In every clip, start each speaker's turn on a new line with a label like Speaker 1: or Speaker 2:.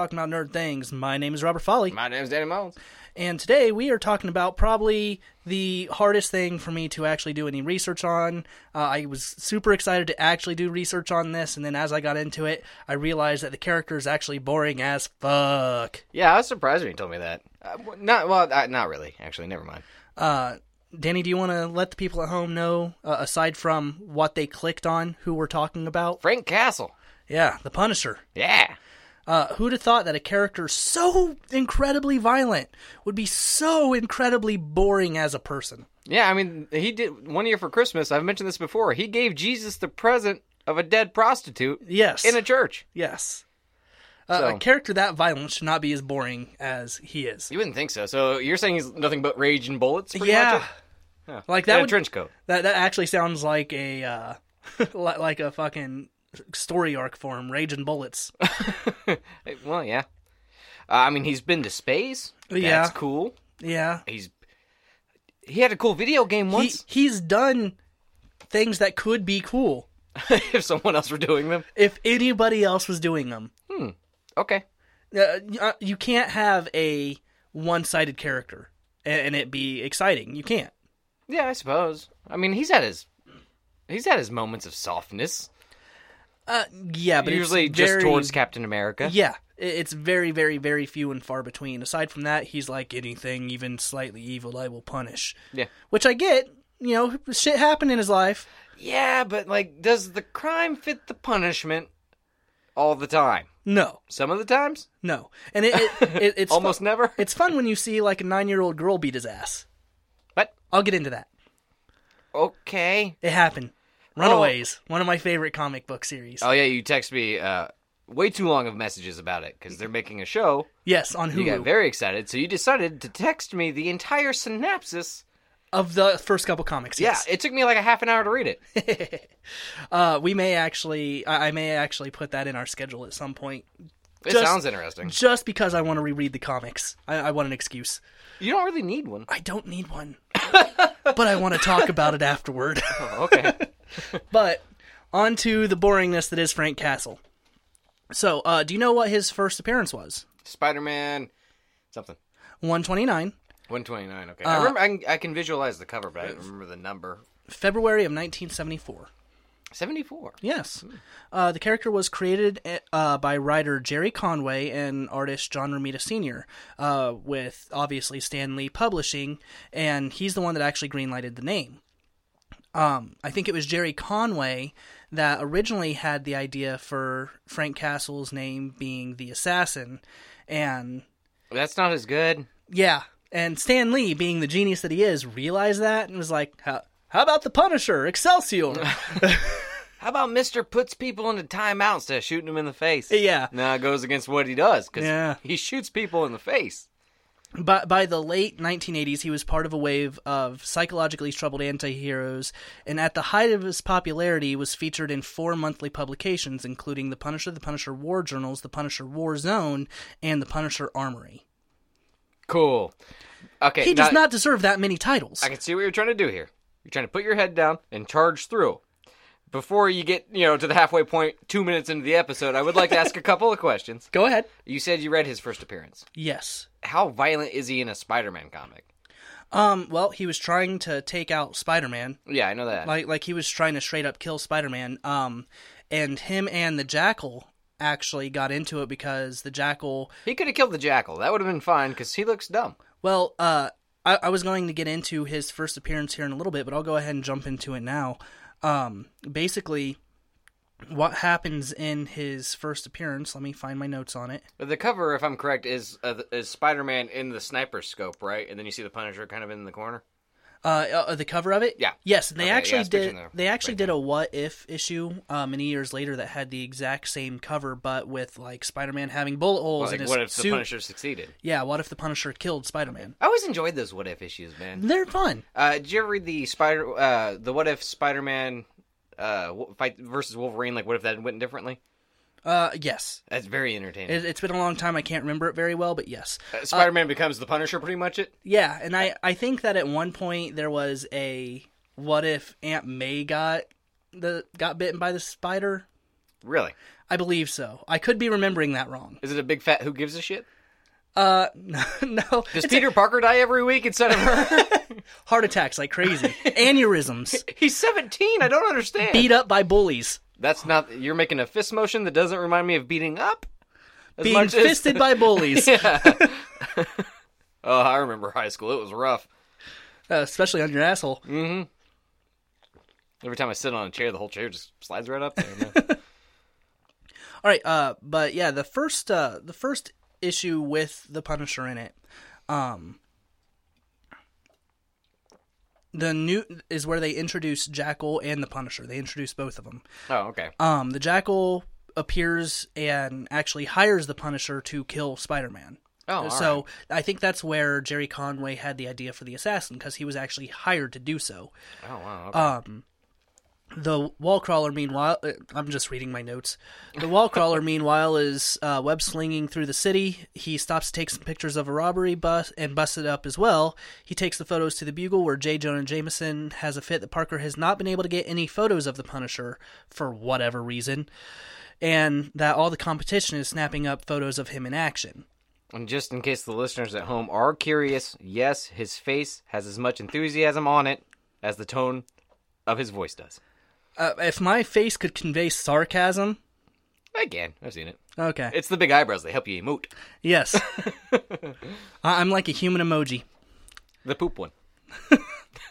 Speaker 1: talking about nerd things. My name is Robert Folly,
Speaker 2: My name's Danny Mullins.
Speaker 1: and today we are talking about probably the hardest thing for me to actually do any research on. Uh, I was super excited to actually do research on this, and then as I got into it, I realized that the character is actually boring as fuck.
Speaker 2: Yeah, I was surprised when you told me that. Uh, w- not well, uh, not really. Actually, never mind.
Speaker 1: Uh, Danny, do you want to let the people at home know, uh, aside from what they clicked on, who we're talking about?
Speaker 2: Frank Castle.
Speaker 1: Yeah, the Punisher.
Speaker 2: Yeah.
Speaker 1: Uh, who'd have thought that a character so incredibly violent would be so incredibly boring as a person?
Speaker 2: Yeah, I mean, he did one year for Christmas. I've mentioned this before. He gave Jesus the present of a dead prostitute
Speaker 1: Yes.
Speaker 2: in a church.
Speaker 1: yes. Uh,
Speaker 2: So-
Speaker 1: A character that violent should not be as boring as he is.
Speaker 2: You wouldn't think so. So you're saying he's nothing but rage and bullets? pretty
Speaker 1: Yeah.
Speaker 2: much it? yeah.
Speaker 1: Like
Speaker 2: And
Speaker 1: that
Speaker 2: a
Speaker 1: would,
Speaker 2: trench coat.
Speaker 1: that that actually sounds like a uh, li- like a fucking story arc for him, Rage and Bullets.
Speaker 2: Eh, Well, yeah. Uh, I mean, he's been to space.
Speaker 1: Yeah.
Speaker 2: That's cool.
Speaker 1: Yeah.
Speaker 2: He's he had a cool video game
Speaker 1: He,
Speaker 2: once.
Speaker 1: he's done things that could be cool
Speaker 2: if someone else were doing them,
Speaker 1: if anybody else was doing them.
Speaker 2: okay.
Speaker 1: uh, y- you can't have a one-sided character a- and it be exciting. You can't.
Speaker 2: Yeah, I suppose. I mean, he's had his he's had his moments of softness,
Speaker 1: Uh, yeah, but
Speaker 2: usually
Speaker 1: it's
Speaker 2: just
Speaker 1: very-
Speaker 2: towards Captain America.
Speaker 1: Yeah, i- it's very, very, very few and far between. Aside from that, he's like anything, even slightly evil, I will punish.
Speaker 2: Yeah.
Speaker 1: Which I get. You know, shit happened in his life.
Speaker 2: Yeah, but like, does the crime fit the punishment all the time?
Speaker 1: No,
Speaker 2: Some of the times,
Speaker 1: no, and it, it, it it's fu-
Speaker 2: almost never.
Speaker 1: it's fun when you see like a nine-year-old girl beat his ass.
Speaker 2: But
Speaker 1: I'll get into that.
Speaker 2: okay.
Speaker 1: It happened. Runaways, one of my favorite comic book series.
Speaker 2: Oh yeah, you text me uh, way too long of messages about it because they're making a show.
Speaker 1: yes, on
Speaker 2: You got
Speaker 1: Hulu
Speaker 2: very excited, so you decided to text me the entire synopsis.
Speaker 1: of the first couple comics.
Speaker 2: Yeah,
Speaker 1: yes.
Speaker 2: it took me like a half an hour to read it.
Speaker 1: Uh, we may actually, I I may actually put that in our schedule at some point,
Speaker 2: It
Speaker 1: Just-
Speaker 2: sounds interesting.
Speaker 1: just because I want to reread the comics. I, I want an excuse.
Speaker 2: You don't really need one.
Speaker 1: I don't need one, but I want to talk about it afterward.
Speaker 2: Oh, okay.
Speaker 1: but on to the boringness that is Frank Castle. So, uh, do you know what his first appearance was?
Speaker 2: Spider Man, something.
Speaker 1: 129,
Speaker 2: 129. Okay. I
Speaker 1: Uh,
Speaker 2: remember. I can, I can visualize the cover, but I don't remember the number.
Speaker 1: February of 1974.
Speaker 2: 74.
Speaker 1: Yes. Uh, the character was created uh, by writer Jerry Conway and artist John Romita Sr., uh, with obviously Stan Lee Publishing, and he's the one that actually greenlighted the name. Um, I think it was Jerry Conway that originally had the idea for Frank Castle's name being the assassin, and
Speaker 2: That's not as good.
Speaker 1: yeah, and Stan Lee, being the genius that he is, realized that and was like, "How, how about the Punisher, Excelsior?"
Speaker 2: How about Mister puts people into timeout instead of shooting them in the face?
Speaker 1: Yeah.
Speaker 2: Now it goes against what he does because
Speaker 1: Yeah.
Speaker 2: he shoots people in the face.
Speaker 1: By, by the late 1980s, he was part of a wave of psychologically troubled anti-heroes, and at the height of his popularity was featured in four monthly publications, including The Punisher, The Punisher War Journals, The Punisher War Zone, and The Punisher Armory.
Speaker 2: Cool. Okay.
Speaker 1: He does
Speaker 2: now-
Speaker 1: not deserve that many titles.
Speaker 2: I can see what you're trying to do here. You're trying to put your head down and charge through. Before you get, you know, to the halfway point, two minutes into the episode, I would like to ask a couple of questions.
Speaker 1: Go ahead.
Speaker 2: You said you read his first appearance.
Speaker 1: Yes.
Speaker 2: How violent is he in a Spider-Man comic?
Speaker 1: Um, well, he was trying to take out Spider-Man.
Speaker 2: Yeah, I know that.
Speaker 1: Like, like he was trying to straight up kill Spider-Man. Um, and him and the Jackal actually got into it because the Jackal
Speaker 2: He could have killed the jackal. That would have been fine because he looks dumb.
Speaker 1: Well, uh, I, I was going to get into his first appearance here in a little bit, but I'll go ahead and jump into it now. Um, basically, what happens in his first appearance? Let me find my notes on it.
Speaker 2: The cover, if I'm correct, is uh, is Spider-Man in the sniper scope, right? And then you see the Punisher kind of in the corner.
Speaker 1: Uh, uh the cover of it.
Speaker 2: Yeah.
Speaker 1: Yes, and they
Speaker 2: Okay,
Speaker 1: actually
Speaker 2: yeah, it's pictured
Speaker 1: did.
Speaker 2: in there.
Speaker 1: They actually did a what if issue uh, many years later that had the exact same cover, but with like Spider-Man having bullet holes in
Speaker 2: Like,
Speaker 1: his
Speaker 2: what if
Speaker 1: suit.
Speaker 2: the Punisher succeeded?
Speaker 1: Yeah. What if the Punisher killed Spider-Man?
Speaker 2: I always enjoyed those what if issues, man.
Speaker 1: They're fun.
Speaker 2: Uh, did you ever read the Spider uh, the what if Spider-Man uh, wo- fight versus Wolverine? Like, what if that went differently?
Speaker 1: Uh, yes.
Speaker 2: That's very entertaining.
Speaker 1: It, it's been a long time. I can't remember it very well, but yes.
Speaker 2: Uh, Spider-Man becomes the Punisher, pretty much. It.
Speaker 1: Yeah, and I I think that at one point there was a what if Aunt May got the got bitten by the spider
Speaker 2: Really?
Speaker 1: I believe so. I could be remembering that wrong.
Speaker 2: Is it a big fat who gives a shit?
Speaker 1: Uh, no, no.
Speaker 2: Does
Speaker 1: It's
Speaker 2: Peter Parker die every week instead of her?
Speaker 1: heart attacks like crazy, aneurysms,
Speaker 2: He's 17. I don't understand.
Speaker 1: beat up by bullies,
Speaker 2: That's not. You're making a fist motion that doesn't remind me of beating up. As
Speaker 1: being
Speaker 2: much as-
Speaker 1: fisted by bullies,
Speaker 2: Yeah. oh, I remember high school. It was rough.
Speaker 1: uh, especially on your asshole.
Speaker 2: Every time I sit on a chair, the whole chair just slides right up there. man.
Speaker 1: All right, uh, but yeah, the first uh, the first issue with the Punisher in it, um, the new is where they introduce Jackal and the Punisher. They introduce both of them.
Speaker 2: oh, okay.
Speaker 1: Um, the Jackal appears and actually hires the Punisher to kill Spider Man.
Speaker 2: Oh, all
Speaker 1: so I think that's where Jerry Conway had the idea for the assassin because he was actually hired to do so.
Speaker 2: Oh, wow. Okay.
Speaker 1: The wall crawler, meanwhile, uh, I'm just reading my notes. The wall crawler, meanwhile, is uh, web slinging through the city. He stops to take some pictures of a robbery bus and busts it up as well. He takes the photos to the Bugle, where J. Jonah Jameson has a fit that Parker has not been able to get any photos of the Punisher for whatever reason, and that all the competition is snapping up photos of him in action.
Speaker 2: and just in case the listeners at home are curious, yes, his face has as much enthusiasm on it as the tone of his voice does.
Speaker 1: Uh, if my face could convey sarcasm,
Speaker 2: Again, I've seen it.
Speaker 1: okay.
Speaker 2: It's the big eyebrows. They help you emote.
Speaker 1: Yes. I- I'm like a human emoji.
Speaker 2: The poop one.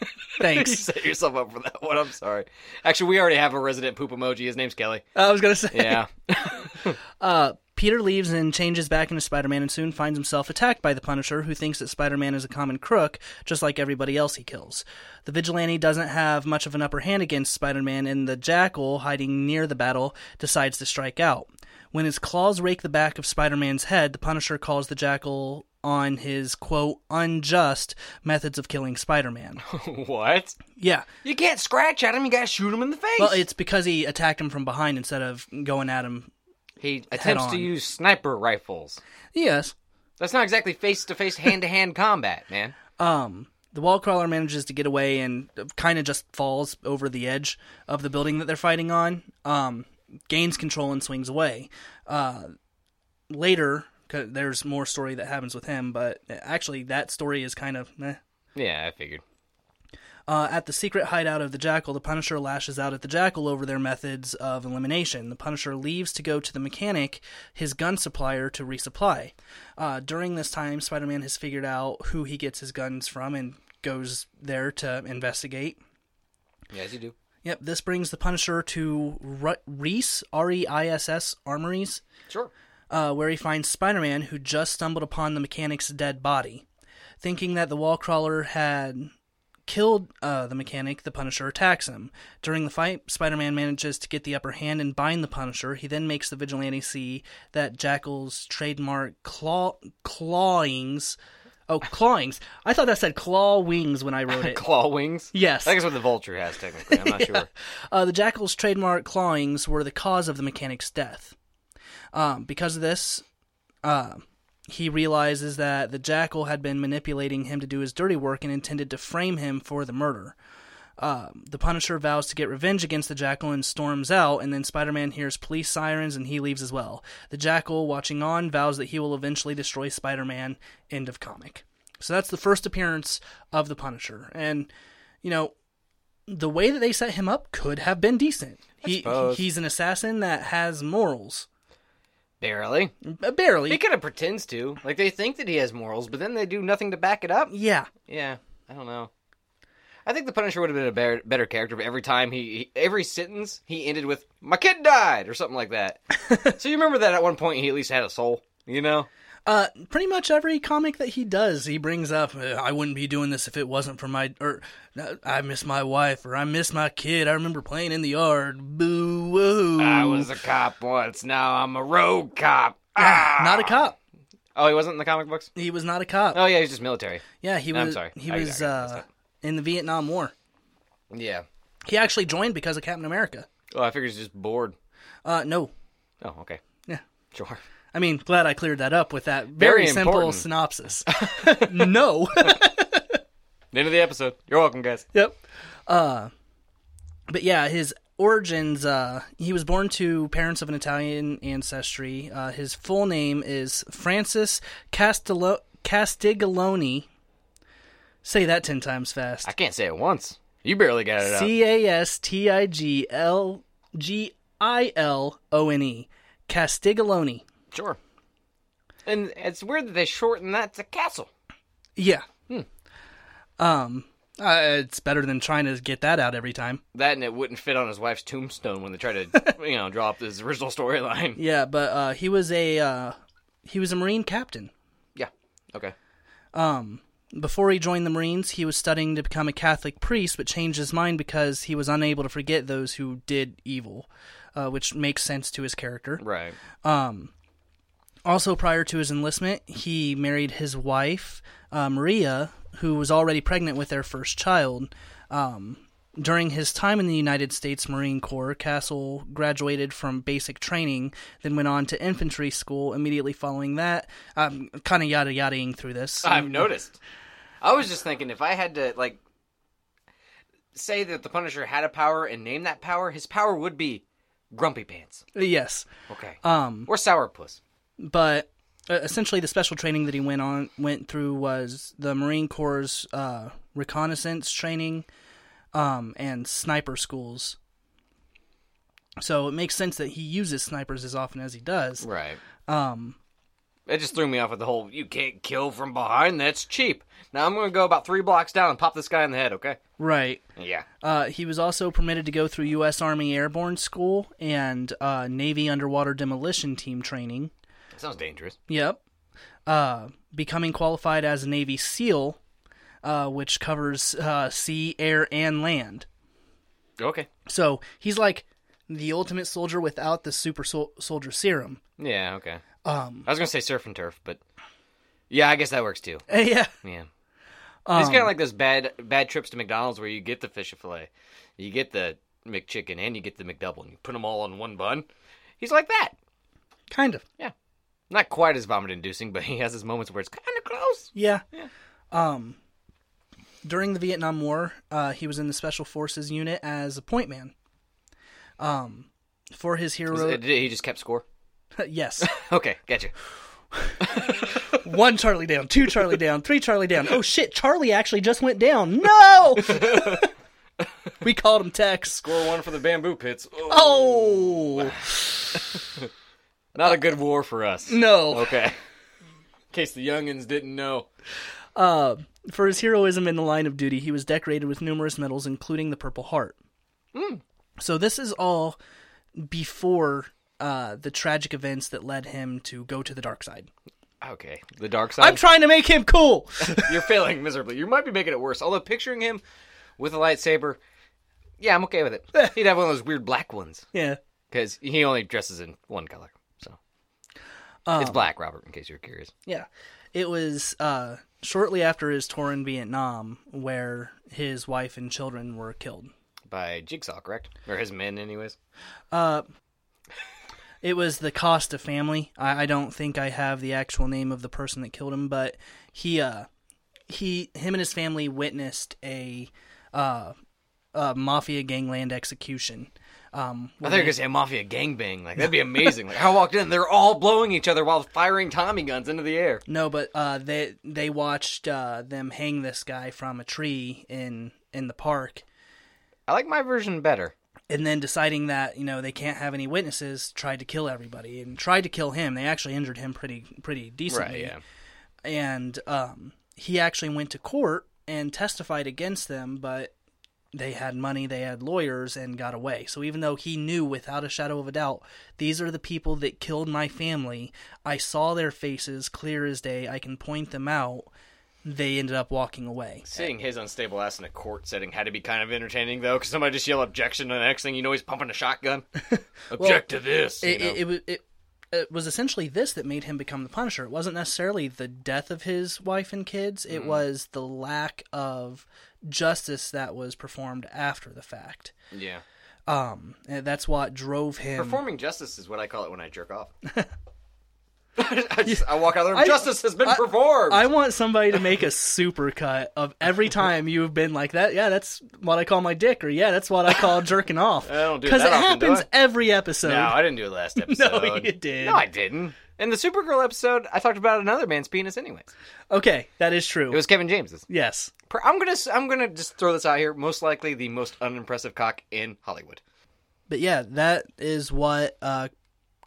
Speaker 2: You
Speaker 1: Thanks.
Speaker 2: set yourself up for that one. I'm sorry. Actually, we already have a resident poop emoji. His name's Kelly.
Speaker 1: I was going to say.
Speaker 2: Yeah.
Speaker 1: Uh, Peter leaves and changes back into Spider Man and soon finds himself attacked by the Punisher, who thinks that Spider Man is a common crook, just like everybody else he kills. The vigilante doesn't have much of an upper hand against Spider Man, and the jackal, hiding near the battle, decides to strike out. When his claws rake the back of Spider Man's head, the Punisher calls the jackal on his, quote, unjust methods of killing Spider Man.
Speaker 2: what?
Speaker 1: Yeah.
Speaker 2: You can't scratch at him. You gotta shoot him in the face.
Speaker 1: Well, it's because he attacked him from behind instead of going at him.
Speaker 2: he attempts to
Speaker 1: on.
Speaker 2: use sniper rifles.
Speaker 1: Yes.
Speaker 2: That's not exactly face to face, hand to hand combat, man.
Speaker 1: Um, the wall crawler manages to get away and kind of just falls over the edge of the building that they're fighting on. Um, gains control and swings away. Uh, later, 'cause there's more story that happens with him, but actually, that story is kind of. Meh.
Speaker 2: Yeah, I figured.
Speaker 1: Uh, at the secret hideout of the Jackal, the Punisher lashes out at the Jackal over their methods of elimination. The Punisher leaves to go to the mechanic, his gun supplier, to resupply. Uh, during this time, Spider Man has figured out who he gets his guns from and goes there to investigate.
Speaker 2: Yes, you do.
Speaker 1: Yep, this brings the Punisher to Ru- Reese, R E I S S, Armories,
Speaker 2: Sure.
Speaker 1: uh, where he finds Spider Man, who just stumbled upon the mechanic's dead body. Thinking that the wall crawler had killed uh, the mechanic, the Punisher attacks him. During the fight, Spider Man manages to get the upper hand and bind the Punisher. He then makes the vigilante see that Jackal's trademark claw clawings. Oh, clawings. I thought that said claw wings when I wrote it.
Speaker 2: Claw wings?
Speaker 1: Yes.
Speaker 2: I think it's what the vulture has, technically. I'm not sure.
Speaker 1: Uh, the Jackal's trademark clawings were the cause of the mechanic's death. Um, because of this, uh, he realizes that the Jackal had been manipulating him to do his dirty work and intended to frame him for the murder. Um, the Punisher vows to get revenge against the Jackal and storms out, and then Spider Man hears police sirens and he leaves as well. The Jackal, watching on, vows that he will eventually destroy Spider Man. End of comic. So that's the first appearance of the Punisher. And, you know, the way that they set him up could have been decent. He,
Speaker 2: suppose.
Speaker 1: he's an assassin that has morals.
Speaker 2: Barely.
Speaker 1: Uh, Barely.
Speaker 2: He kind of pretends to. Like, they think that he has morals, but then they do nothing to back it up.
Speaker 1: yeah.
Speaker 2: Yeah, I don't know. I think the Punisher would have been a better, better character, but every time he, he- every sentence he ended with "my kid died" or something like that. so you remember that at one point he at least had a soul, you know?
Speaker 1: Uh, pretty much every comic that he does, he brings up, "Uh, I wouldn't be doing this if it wasn't for my, or uh, I miss my wife, or I miss my kid. I remember playing in the yard. Boo, woo.
Speaker 2: I was a cop once. Now I'm a rogue cop. Ah!
Speaker 1: not a cop.
Speaker 2: Oh, he wasn't in the comic books.
Speaker 1: He was not a cop.
Speaker 2: Oh yeah, he's just military.
Speaker 1: yeah, he was.
Speaker 2: I'm sorry.
Speaker 1: He
Speaker 2: I- I
Speaker 1: was
Speaker 2: got messed
Speaker 1: uh,
Speaker 2: up.
Speaker 1: in the Vietnam War.
Speaker 2: Yeah.
Speaker 1: He actually joined because of Captain America.
Speaker 2: Oh, I figured he's just bored.
Speaker 1: Uh, no,
Speaker 2: Oh, okay.
Speaker 1: yeah.
Speaker 2: Sure.
Speaker 1: I mean, glad I cleared that up with that very,
Speaker 2: Very
Speaker 1: simple
Speaker 2: important.
Speaker 1: synopsis. no.
Speaker 2: The end of the episode. You're welcome, guys.
Speaker 1: Yep. Uh, but yeah, his origins, uh, he was born to parents of an Italian ancestry. Uh, his full name is Francis Castello- Castiglione. Say that ten times fast.
Speaker 2: I can't say it once. You barely got it out.
Speaker 1: C A S T I G L G I L O N E. Castiglione.
Speaker 2: Sure. And it's weird that they shortened that to castle.
Speaker 1: Yeah.
Speaker 2: Hmm.
Speaker 1: Um, uh, it's better than trying to get that out every time.
Speaker 2: That and it wouldn't fit on his wife's tombstone when they tried to, you know, drop his original storyline.
Speaker 1: Yeah, but uh, he was a uh, he was a Marine captain.
Speaker 2: Yeah. Okay.
Speaker 1: Before he joined the Marines, he was studying to become a Catholic priest, but changed his mind because he was unable to forget those who did evil, uh, which makes sense to his character.
Speaker 2: Right.
Speaker 1: Also, prior to his enlistment, he married his wife, uh, Maria, who was already pregnant with their first child. Um, during his time in the United States Marine Corps, Castle graduated from basic training, then went on to infantry school immediately following that. I'm kind of yada yadaing through this.
Speaker 2: I've noticed. I was just thinking if I had to like say that the Punisher had a power and name that power, his power would be Grumpy Pants.
Speaker 1: yes.
Speaker 2: Okay. Um or Sourpuss.
Speaker 1: but uh, essentially the special training that he went on went through was the Marine Corps' uh, reconnaissance training um, and sniper schools. So it makes sense that he uses snipers as often as he does.
Speaker 2: Right. Um it just threw me off with the whole you can't kill from behind, that's cheap. Now I'm going to go about 3 blocks down and pop this guy in the head, okay?
Speaker 1: Right.
Speaker 2: Yeah.
Speaker 1: Uh, he was also permitted to go through U.S. Army Airborne School and uh, Navy Underwater Demolition Team training.
Speaker 2: That sounds dangerous.
Speaker 1: Yep. Uh, becoming qualified as a Navy SEAL, uh, which covers uh, sea, air, and land.
Speaker 2: Okay.
Speaker 1: So he's like the ultimate soldier without the super sol- soldier serum.
Speaker 2: Yeah, okay.
Speaker 1: Um,
Speaker 2: I was going to say surf and turf, but yeah, I guess that works too.
Speaker 1: yeah.
Speaker 2: Yeah. it's kind of like those bad bad trips to McDonald's where you get the fish fillet, you get the McChicken, and you get the McDouble, and you put them all on one bun. He's like that.
Speaker 1: Kind of.
Speaker 2: Yeah. Not quite as vomit inducing, but he has his moments where it's kind of close.
Speaker 1: Yeah. Um, during the Vietnam War, uh, he was in the Special Forces unit as a point man. Um, for his hero,
Speaker 2: Did He just kept score.
Speaker 1: yes,
Speaker 2: Okay, gotcha.
Speaker 1: one Charlie down, two Charlie down, three Charlie down. Oh shit, Charlie actually just went down. No, we called him Tex.
Speaker 2: Score one for the bamboo pits. Oh,
Speaker 1: Oh
Speaker 2: Not a good war for us.
Speaker 1: no.
Speaker 2: Okay. In case the youngins didn't know.
Speaker 1: For his heroism in the line of duty, he was decorated with numerous medals, including the Purple Heart. So this is all before uh, the tragic events that led him to go to the dark side.
Speaker 2: Okay. The dark
Speaker 1: I'm
Speaker 2: side.
Speaker 1: trying to make him cool.
Speaker 2: You're failing miserably. You might be making it worse. Although picturing him with a lightsaber, yeah, I'm okay with it. He'd have one of those weird black ones
Speaker 1: yeah.
Speaker 2: because he only dresses in one color. So it's black, Robert. In case you're curious.
Speaker 1: Yeah. It was uh, shortly after his tour in Vietnam where his wife and children were killed.
Speaker 2: By Jigsaw, correct? Or his men, anyways.
Speaker 1: It was the Costa family. I, I don't think I have the actual name of the person that killed him, but he, uh, he, him and his family witnessed a, uh, a mafia gangland execution. Um,
Speaker 2: I thought you were gonna say mafia gangbang. Like that'd be amazing. like I walked in, they're all blowing each other while firing Tommy guns into the air.
Speaker 1: no, but uh, they they watched uh, them hang this guy from a tree in in the park,
Speaker 2: I like my version better.
Speaker 1: and then deciding that you know they can't have any witnesses, tried to kill everybody and tried to kill him. They actually injured him pretty pretty
Speaker 2: Mm-hmm.
Speaker 1: decently. and um, he actually went to court and testified against them, but they had money, they had lawyers, and got away. So even though he knew without a shadow of a doubt, these are the people that killed my family, I saw their faces clear as day, I can point them out, they ended up walking away.
Speaker 2: Seeing his unstable ass in a court setting had to be kind of entertaining, though, because somebody just yell objection, and the next thing you know, he's pumping a shotgun. Object to this. you
Speaker 1: It,
Speaker 2: know?
Speaker 1: it, it, wa- it, it was essentially this that made him become the Punisher. It wasn't necessarily the death of his wife and kids, it was the lack of justice that was performed after the fact.
Speaker 2: yeah.
Speaker 1: Um, and that's what drove him.
Speaker 2: Performing justice is what I call it when I jerk off. I, just, I walk out there.
Speaker 1: I-
Speaker 2: Justice has been
Speaker 1: I-
Speaker 2: performed.
Speaker 1: I want somebody to make a super cut of every time you've been like that. Yeah, that's what I call my dick, or yeah, that's what I call jerking off.
Speaker 2: I don't do
Speaker 1: Because it
Speaker 2: that often, do
Speaker 1: happens
Speaker 2: I?
Speaker 1: every episode.
Speaker 2: no, I didn't do it last episode.
Speaker 1: No, you did.
Speaker 2: No, I didn't. In the Supergirl episode, I talked about another man's penis. Anyways,
Speaker 1: Okay, that is true.
Speaker 2: it was Kevin James's.
Speaker 1: yes.
Speaker 2: Per- I'm gonna s- I'm gonna just throw this out here. Most likely the most unimpressive cock in Hollywood.
Speaker 1: But yeah, that is what uh,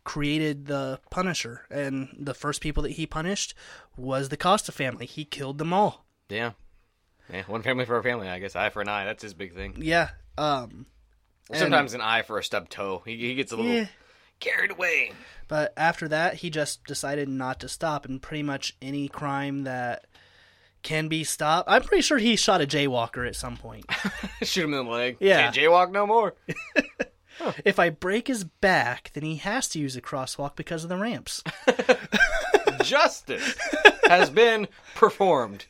Speaker 1: created the Punisher. And the first people that he punished was the Costa family. He killed them all.
Speaker 2: Yeah. Yeah, one family for a family, I guess. Eye for an eye, that's his big thing.
Speaker 1: Yeah. Um,
Speaker 2: Or Sometimes an eye for a stub toe. He, he gets a little
Speaker 1: yeah.
Speaker 2: carried away.
Speaker 1: But after that, he just decided not to stop, and pretty much any crime that can be stopped. I'm pretty sure he shot a jaywalker at some point.
Speaker 2: Shoot him in the leg.
Speaker 1: Yeah.
Speaker 2: Can't jaywalk no more.
Speaker 1: if I break his back, then he has to use a crosswalk because of the ramps.
Speaker 2: Justice has been performed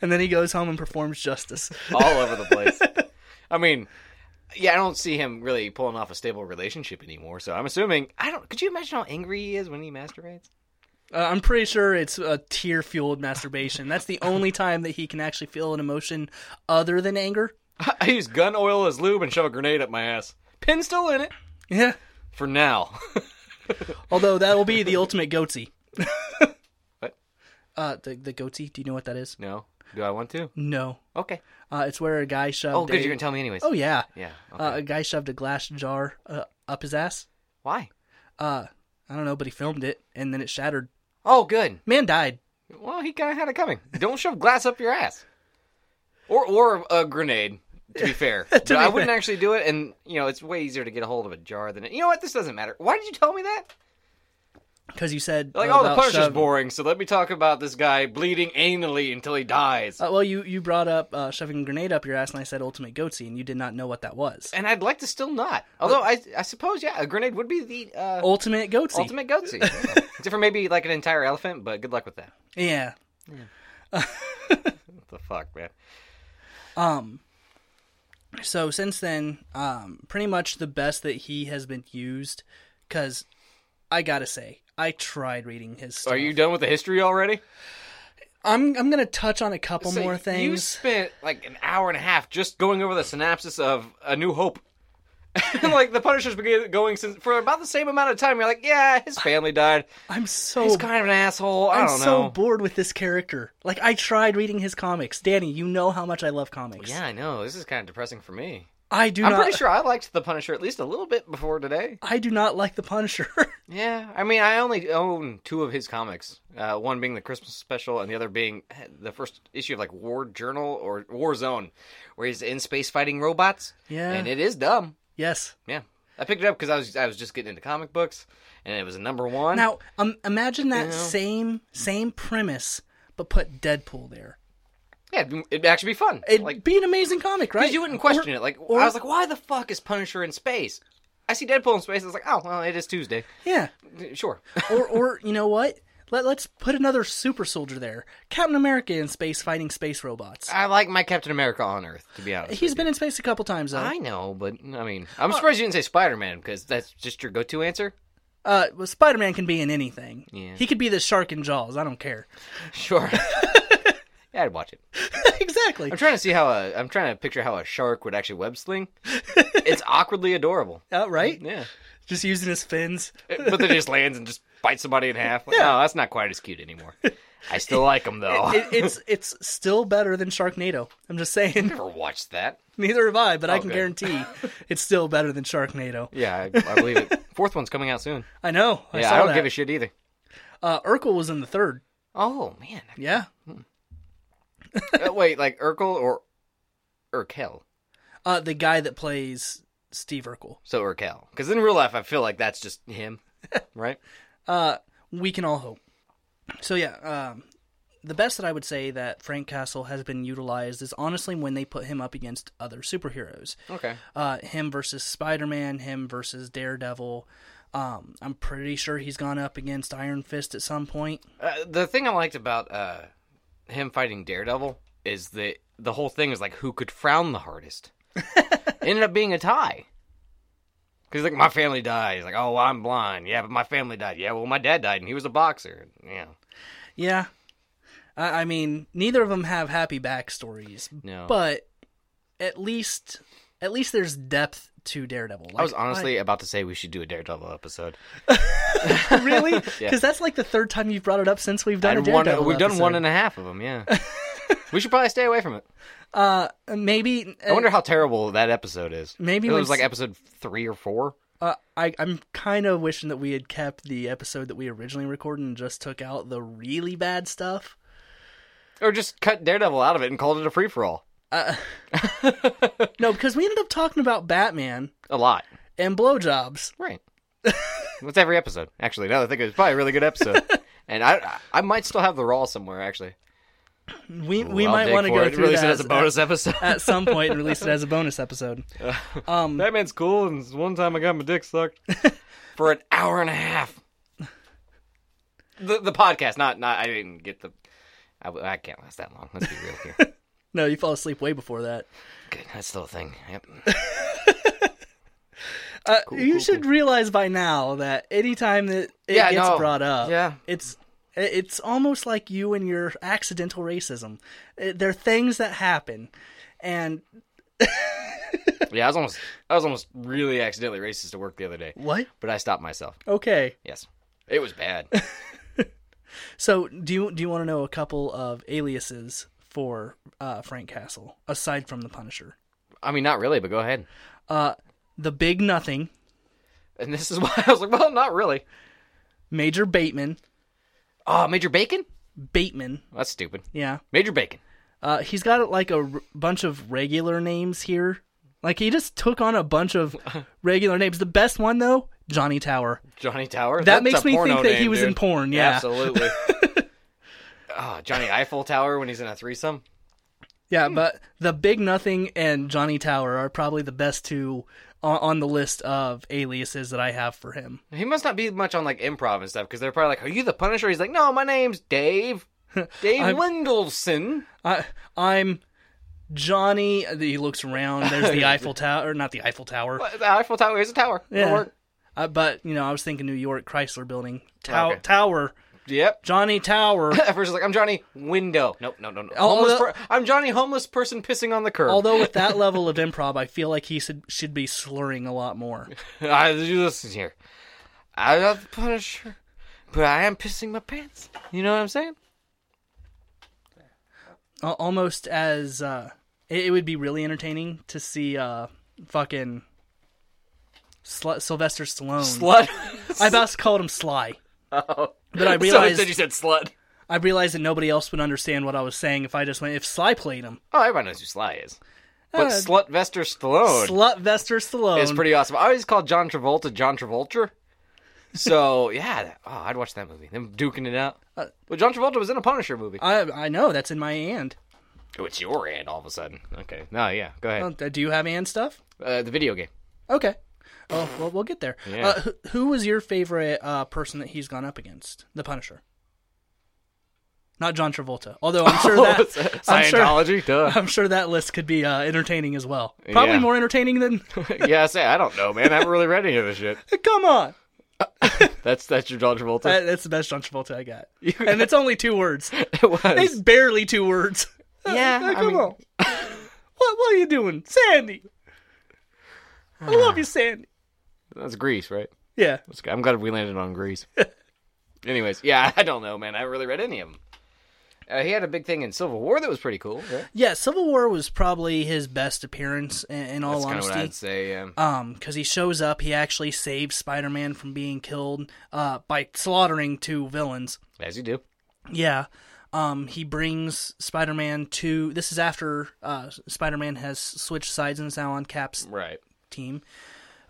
Speaker 1: and then he goes home and performs justice.
Speaker 2: all over the place. I mean, yeah, I don't see him really pulling off a stable relationship anymore. So I'm assuming I don't. Could you imagine how angry he is when he masturbates?
Speaker 1: Uh, I'm pretty sure it's a tear fueled masturbation. That's the only time that he can actually feel an emotion other than anger.
Speaker 2: I use gun oil as lube and shove a grenade up my ass. Pin still in it
Speaker 1: Yeah.
Speaker 2: for now.
Speaker 1: Although that will be the ultimate goatee.
Speaker 2: What?
Speaker 1: Uh, the the goatee. Do you know what that is?
Speaker 2: no, do I want to?
Speaker 1: No.
Speaker 2: Okay.
Speaker 1: Uh, it's where a guy shoved.
Speaker 2: Oh, good.
Speaker 1: a-
Speaker 2: You're gonna tell me anyways.
Speaker 1: Oh yeah.
Speaker 2: yeah. Okay.
Speaker 1: Uh, a guy shoved a glass jar uh, up his ass.
Speaker 2: Why?
Speaker 1: Uh, I don't know, but he filmed it and then it shattered.
Speaker 2: Oh, good.
Speaker 1: Man died.
Speaker 2: Well, he kind of had it coming. Don't shove glass up your ass, or or a grenade. To be fair, but
Speaker 1: be
Speaker 2: I wouldn't
Speaker 1: fair.
Speaker 2: actually do it, and you know it's way easier to get a hold of a jar than it. You know what? This doesn't matter. Why did you tell me that?
Speaker 1: Because you said
Speaker 2: Like,
Speaker 1: uh,
Speaker 2: oh, the
Speaker 1: about
Speaker 2: Punisher's
Speaker 1: shove-
Speaker 2: boring, so let me talk about this guy bleeding anally until he dies.
Speaker 1: Uh, well, you you brought up uh, shoving a grenade up your ass, and I said ultimate goatee, and you did not know what that was.
Speaker 2: and I'd like to still not. Although I, I suppose yeah, a grenade would be the uh,
Speaker 1: Ultimate goatee.
Speaker 2: ultimate goatsy. Except for maybe like an entire elephant, but good luck with that.
Speaker 1: Yeah.
Speaker 2: What the fuck, man?
Speaker 1: Um. So since then, um, pretty much the best that he has been used, because I gotta say, I tried reading his. Stuff.
Speaker 2: Are you done with the history already?
Speaker 1: I'm I'm gonna touch on a couple
Speaker 2: So
Speaker 1: more
Speaker 2: you-
Speaker 1: things.
Speaker 2: You spent like an hour and a half just going over the synopsis of A New Hope. and like the Punisher's been going since for about the same amount of time. You're like, yeah, his family died.
Speaker 1: I'm so
Speaker 2: He's kind of an asshole. I
Speaker 1: Oh, I'm
Speaker 2: don't
Speaker 1: so
Speaker 2: know.
Speaker 1: bored with this character. Like I tried reading his comics. Danny, you know how much I love comics.
Speaker 2: yeah, I know. This is kind of depressing for me.
Speaker 1: I do
Speaker 2: I'm
Speaker 1: not
Speaker 2: pretty sure I liked the Punisher at least a little bit before today.
Speaker 1: I do not like the Punisher.
Speaker 2: Yeah, I mean, I only own two of his comics. Uh, one being the Christmas special, and the other being uh, the first issue of like War Journal or War Zone, where he's in space fighting robots.
Speaker 1: Yeah.
Speaker 2: and it is dumb.
Speaker 1: yes.
Speaker 2: Yeah, I picked it up because I was I was just getting into comic books, and it was a number one.
Speaker 1: Now, um, imagine that
Speaker 2: You know.
Speaker 1: same same premise but put Deadpool there.
Speaker 2: yeah, it'd, it'd actually be fun.
Speaker 1: It'd
Speaker 2: like
Speaker 1: be an amazing comic, right?
Speaker 2: because you wouldn't question it. Like
Speaker 1: or-
Speaker 2: I was like, why the fuck is Punisher in space? I see Deadpool in space. I was like, oh well, it is Tuesday.
Speaker 1: Yeah.
Speaker 2: Sure.
Speaker 1: Or or you know what? Let, let's put another super soldier there. Captain America in space fighting space robots.
Speaker 2: I like my Captain America on Earth, to be honest.
Speaker 1: He's been in space a couple times though.
Speaker 2: I know, but I mean, I'm surprised you didn't say Spider Man because that's just your go to answer.
Speaker 1: Uh, well, Spider Man can be in anything.
Speaker 2: Yeah.
Speaker 1: He could be the shark in Jaws. I don't care.
Speaker 2: Sure. yeah, I'd watch it.
Speaker 1: exactly.
Speaker 2: I'm trying to see how a. I'm trying to picture how a shark would actually web sling. it's awkwardly adorable.
Speaker 1: Uh, right?
Speaker 2: Yeah.
Speaker 1: Just using his fins.
Speaker 2: It- but then it just lands and just bites somebody in half. Like, No, that's not quite as cute anymore. I still like them though.
Speaker 1: It, it's it's still better than Sharknado. I'm just saying.
Speaker 2: Never watched that.
Speaker 1: Neither have I, but I can
Speaker 2: Oh, good.
Speaker 1: guarantee it's still better than Sharknado.
Speaker 2: Yeah, I, I believe it. Fourth one's coming out soon.
Speaker 1: I know. I
Speaker 2: Yeah,
Speaker 1: saw
Speaker 2: I don't
Speaker 1: that.
Speaker 2: give a shit either.
Speaker 1: uh, Urkel was in the third.
Speaker 2: Oh man.
Speaker 1: Yeah.
Speaker 2: Uh, wait, like Urkel or Urkel?
Speaker 1: Uh, the guy that plays Steve Urkel.
Speaker 2: So Urkel, because in real life I feel like that's just him, right?
Speaker 1: Uh, we can all hope. So yeah, um, the best that I would say that Frank Castle has been utilized is honestly when they put him up against other superheroes.
Speaker 2: Okay.
Speaker 1: uh, him versus Spider Man, him versus Daredevil. Um, I'm pretty sure he's gone up against Iron Fist at some point.
Speaker 2: Uh, the thing I liked about uh, him fighting Daredevil is that the whole thing is like who could frown the hardest. Ended up being a tie. Because like my family died. He's like, oh, well, I'm blind. Yeah, but my family died. Yeah, well, my dad died, and he was a boxer. Yeah,
Speaker 1: Yeah. I, I mean, neither of them have happy backstories,
Speaker 2: no.
Speaker 1: but at least at least there's depth to Daredevil.
Speaker 2: I was
Speaker 1: Like,
Speaker 2: honestly about to say we should do a Daredevil episode.
Speaker 1: I- really because
Speaker 2: Yeah.
Speaker 1: that's like the third time you've brought it up since we've done a
Speaker 2: And one,
Speaker 1: Daredevil.
Speaker 2: we've done one
Speaker 1: episode.
Speaker 2: and a half of them. Yeah, we should probably stay away from it.
Speaker 1: uh, maybe
Speaker 2: I wonder how terrible that episode is.
Speaker 1: Maybe
Speaker 2: it
Speaker 1: when
Speaker 2: was like
Speaker 1: s-
Speaker 2: episode three or four.
Speaker 1: Uh, I, I'm kind of wishing that we had kept the episode that we originally recorded and just took out the really bad stuff.
Speaker 2: Or just cut Daredevil out of it and called it a free for all.
Speaker 1: No, because we ended up talking about Batman
Speaker 2: A lot.
Speaker 1: and blowjobs.
Speaker 2: Right. That's every episode, actually. Now that I think of it, it's probably a really good episode. and I I might still have the Raw somewhere, actually.
Speaker 1: We we
Speaker 2: I'll
Speaker 1: might
Speaker 2: dig
Speaker 1: want to
Speaker 2: for
Speaker 1: go
Speaker 2: it.
Speaker 1: through
Speaker 2: Release
Speaker 1: that
Speaker 2: it as a bonus episode.
Speaker 1: At, at some point and release it as a bonus episode. Um,
Speaker 2: Batman's cool, and one time I got my dick sucked for an hour and a half. The the podcast, not not I didn't get the. I, I can't last that long. Let's be real here.
Speaker 1: no, you fall asleep way before that.
Speaker 2: Good, that's still a thing. Yep.
Speaker 1: Uh,
Speaker 2: Cool,
Speaker 1: you
Speaker 2: cool,
Speaker 1: should realize by now that anytime that it
Speaker 2: Yeah, I
Speaker 1: gets
Speaker 2: know.
Speaker 1: brought up,
Speaker 2: Yeah.
Speaker 1: it's it's almost like you and your accidental racism. Uh, They're things that happen, and
Speaker 2: Yeah, I was almost I was almost really accidentally racist to work the other day,
Speaker 1: what?
Speaker 2: but I stopped myself.
Speaker 1: Okay.
Speaker 2: Yes, it was bad.
Speaker 1: So do you do you want to know a couple of aliases for uh, Frank Castle aside from the Punisher?
Speaker 2: I mean, not really, but go ahead.
Speaker 1: Uh, the Big Nothing,
Speaker 2: And this is why I was like, well, not really.
Speaker 1: Major Bateman,
Speaker 2: Oh, Major Bacon?
Speaker 1: Bateman.
Speaker 2: That's stupid.
Speaker 1: Yeah,
Speaker 2: Major Bacon.
Speaker 1: uh, he's got like a r- bunch of regular names here. Like he just took on a bunch of regular names. The best one though, Johnny Tower.
Speaker 2: Johnny Tower.
Speaker 1: That
Speaker 2: That's
Speaker 1: makes
Speaker 2: a
Speaker 1: me
Speaker 2: porno
Speaker 1: think that he
Speaker 2: name,
Speaker 1: was
Speaker 2: dude.
Speaker 1: in porn. Yeah,
Speaker 2: Absolutely. oh, Johnny Eiffel Tower when he's in a threesome.
Speaker 1: yeah. But the Big Nothing and Johnny Tower are probably the best two on, on the list of aliases that I have for him.
Speaker 2: He must not be much on like improv and stuff because they're probably like, "Are you the Punisher?" He's like, "No, my name's Dave, Dave
Speaker 1: I'm-
Speaker 2: Wendelson."
Speaker 1: I, I'm Johnny. He looks around. There's the Eiffel Tower, or not the Eiffel Tower,
Speaker 2: But The Eiffel Tower is a tower. It'll
Speaker 1: Yeah.
Speaker 2: work.
Speaker 1: uh, but you know, I was thinking New York Chrysler Building Tow-
Speaker 2: Okay.
Speaker 1: Tower.
Speaker 2: Yep.
Speaker 1: Johnny Tower.
Speaker 2: At first, it's like I'm Johnny Window. Nope, no, no, no.
Speaker 1: Al-
Speaker 2: Homeless
Speaker 1: although-
Speaker 2: per- I'm Johnny homeless person pissing on the curb.
Speaker 1: Although with that level of improv, I feel like he should should be slurring a lot more.
Speaker 2: I do listen here. I'm not the Punisher, but I am pissing my pants. You know what I'm saying?
Speaker 1: Al- almost as uh, it, it would be really entertaining to see uh, fucking Sl- Sylvester Stallone.
Speaker 2: Slut.
Speaker 1: I about called him Sly,
Speaker 2: oh.
Speaker 1: but I
Speaker 2: So
Speaker 1: realized
Speaker 2: instead you said slut.
Speaker 1: I realized that nobody else would understand what I was saying if I just went if Sly played him.
Speaker 2: Oh, everybody knows who Sly is. But
Speaker 1: Uh,
Speaker 2: Slutvester Stallone
Speaker 1: Slutvester Stallone.
Speaker 2: is pretty awesome. I always call John Travolta John Travolta. So yeah, that- oh, I'd watch that movie. Them duking it out. well, John Travolta was in a Punisher movie.
Speaker 1: I I know that's in my and.
Speaker 2: oh, it's your end all of a sudden. Okay. No, yeah. Go ahead.
Speaker 1: Uh, Do you have and stuff?
Speaker 2: uh, the video game.
Speaker 1: Okay. Oh well, we'll get there.
Speaker 2: Yeah.
Speaker 1: Uh, who, who was your favorite uh, person that he's gone up against? The Punisher. Not John Travolta, although I'm sure that I'm sure
Speaker 2: Oh, uh, Scientology. Duh.
Speaker 1: I'm sure that list could be uh, entertaining as well. Probably
Speaker 2: Yeah.
Speaker 1: more entertaining than.
Speaker 2: yeah, I say I don't know, man. I haven't really read any of this shit.
Speaker 1: Come on,
Speaker 2: That's that's your John Travolta.
Speaker 1: That- that's the best John Travolta I got, and it's only two words.
Speaker 2: it was.
Speaker 1: It's barely two words.
Speaker 2: Yeah,
Speaker 1: Uh,
Speaker 2: I
Speaker 1: come
Speaker 2: mean-
Speaker 1: on. what what are you doing, Sandy? I love you, Sandy.
Speaker 2: That's Greece, right?
Speaker 1: Yeah.
Speaker 2: That's good. I'm glad we landed on Greece. Anyways, yeah, I don't know, man. I haven't really read any of them. Uh, he had a big thing in Civil War that was pretty cool. Right?
Speaker 1: Yeah, Civil War was probably his best appearance in, in all
Speaker 2: That's kind of what I'd
Speaker 1: honesty.
Speaker 2: say. Um,
Speaker 1: Um, because he shows up, he actually saves Spider-Man from being killed, uh, by slaughtering two villains.
Speaker 2: as you do.
Speaker 1: Yeah. Um, he brings Spider-Man to. This is after uh, Spider-Man has switched sides and is now on Cap's
Speaker 2: Right.
Speaker 1: team.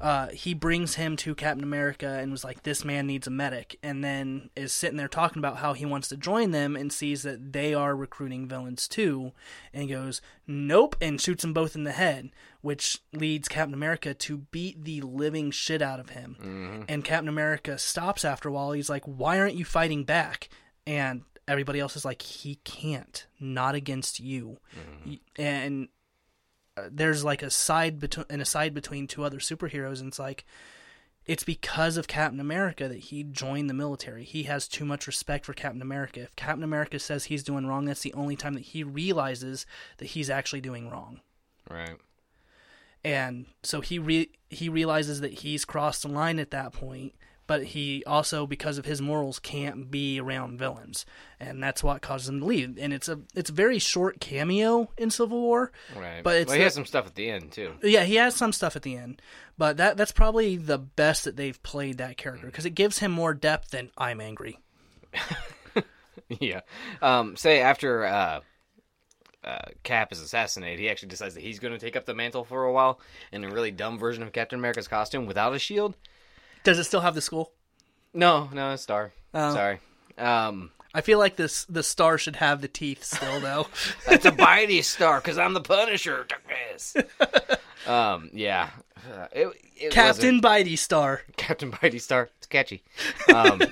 Speaker 1: Uh, he brings him to Captain America and was like, "This man needs a medic," and then is sitting there talking about how he wants to join them and sees that they are recruiting villains too, and goes, "Nope," and shoots them both in the head, which leads Captain America to beat the living shit out of him. And Captain America stops after a while. He's like, "Why aren't you fighting back?" And everybody else is like, "He can't, not against you," Y- and uh, there's like a side between an aside between two other superheroes, and it's like it's because of Captain America that he joined the military. He has too much respect for Captain America. If Captain America says he's doing wrong, that's the only time that he realizes that he's actually doing wrong.
Speaker 2: Right.
Speaker 1: And so he re- he realizes that he's crossed the line at that point, but he also because of his morals can't be around villains. And that's what causes him to leave. And it's a it's a very short cameo in Civil War. But
Speaker 2: Right. But
Speaker 1: it's
Speaker 2: well, he
Speaker 1: the-
Speaker 2: has some stuff at the end too.
Speaker 1: Yeah, he has some stuff at the end, but that that's probably the best that they've played that character because it gives him more depth than I'm angry.
Speaker 2: yeah. Um, say after uh, uh, Cap is assassinated, he actually decides that he's going to take up the mantle for a while in a really dumb version of Captain America's costume without a shield.
Speaker 1: Does it still have the skull?
Speaker 2: No, no, it's Star.
Speaker 1: Oh.
Speaker 2: Sorry. Um,
Speaker 1: I feel like this the star should have the teeth still though.
Speaker 2: it's a Bitey Star because I'm the Punisher. Darkness. um, yeah. Uh, it, it
Speaker 1: Captain Bitey Star.
Speaker 2: Captain Bitey Star. It's catchy. Um,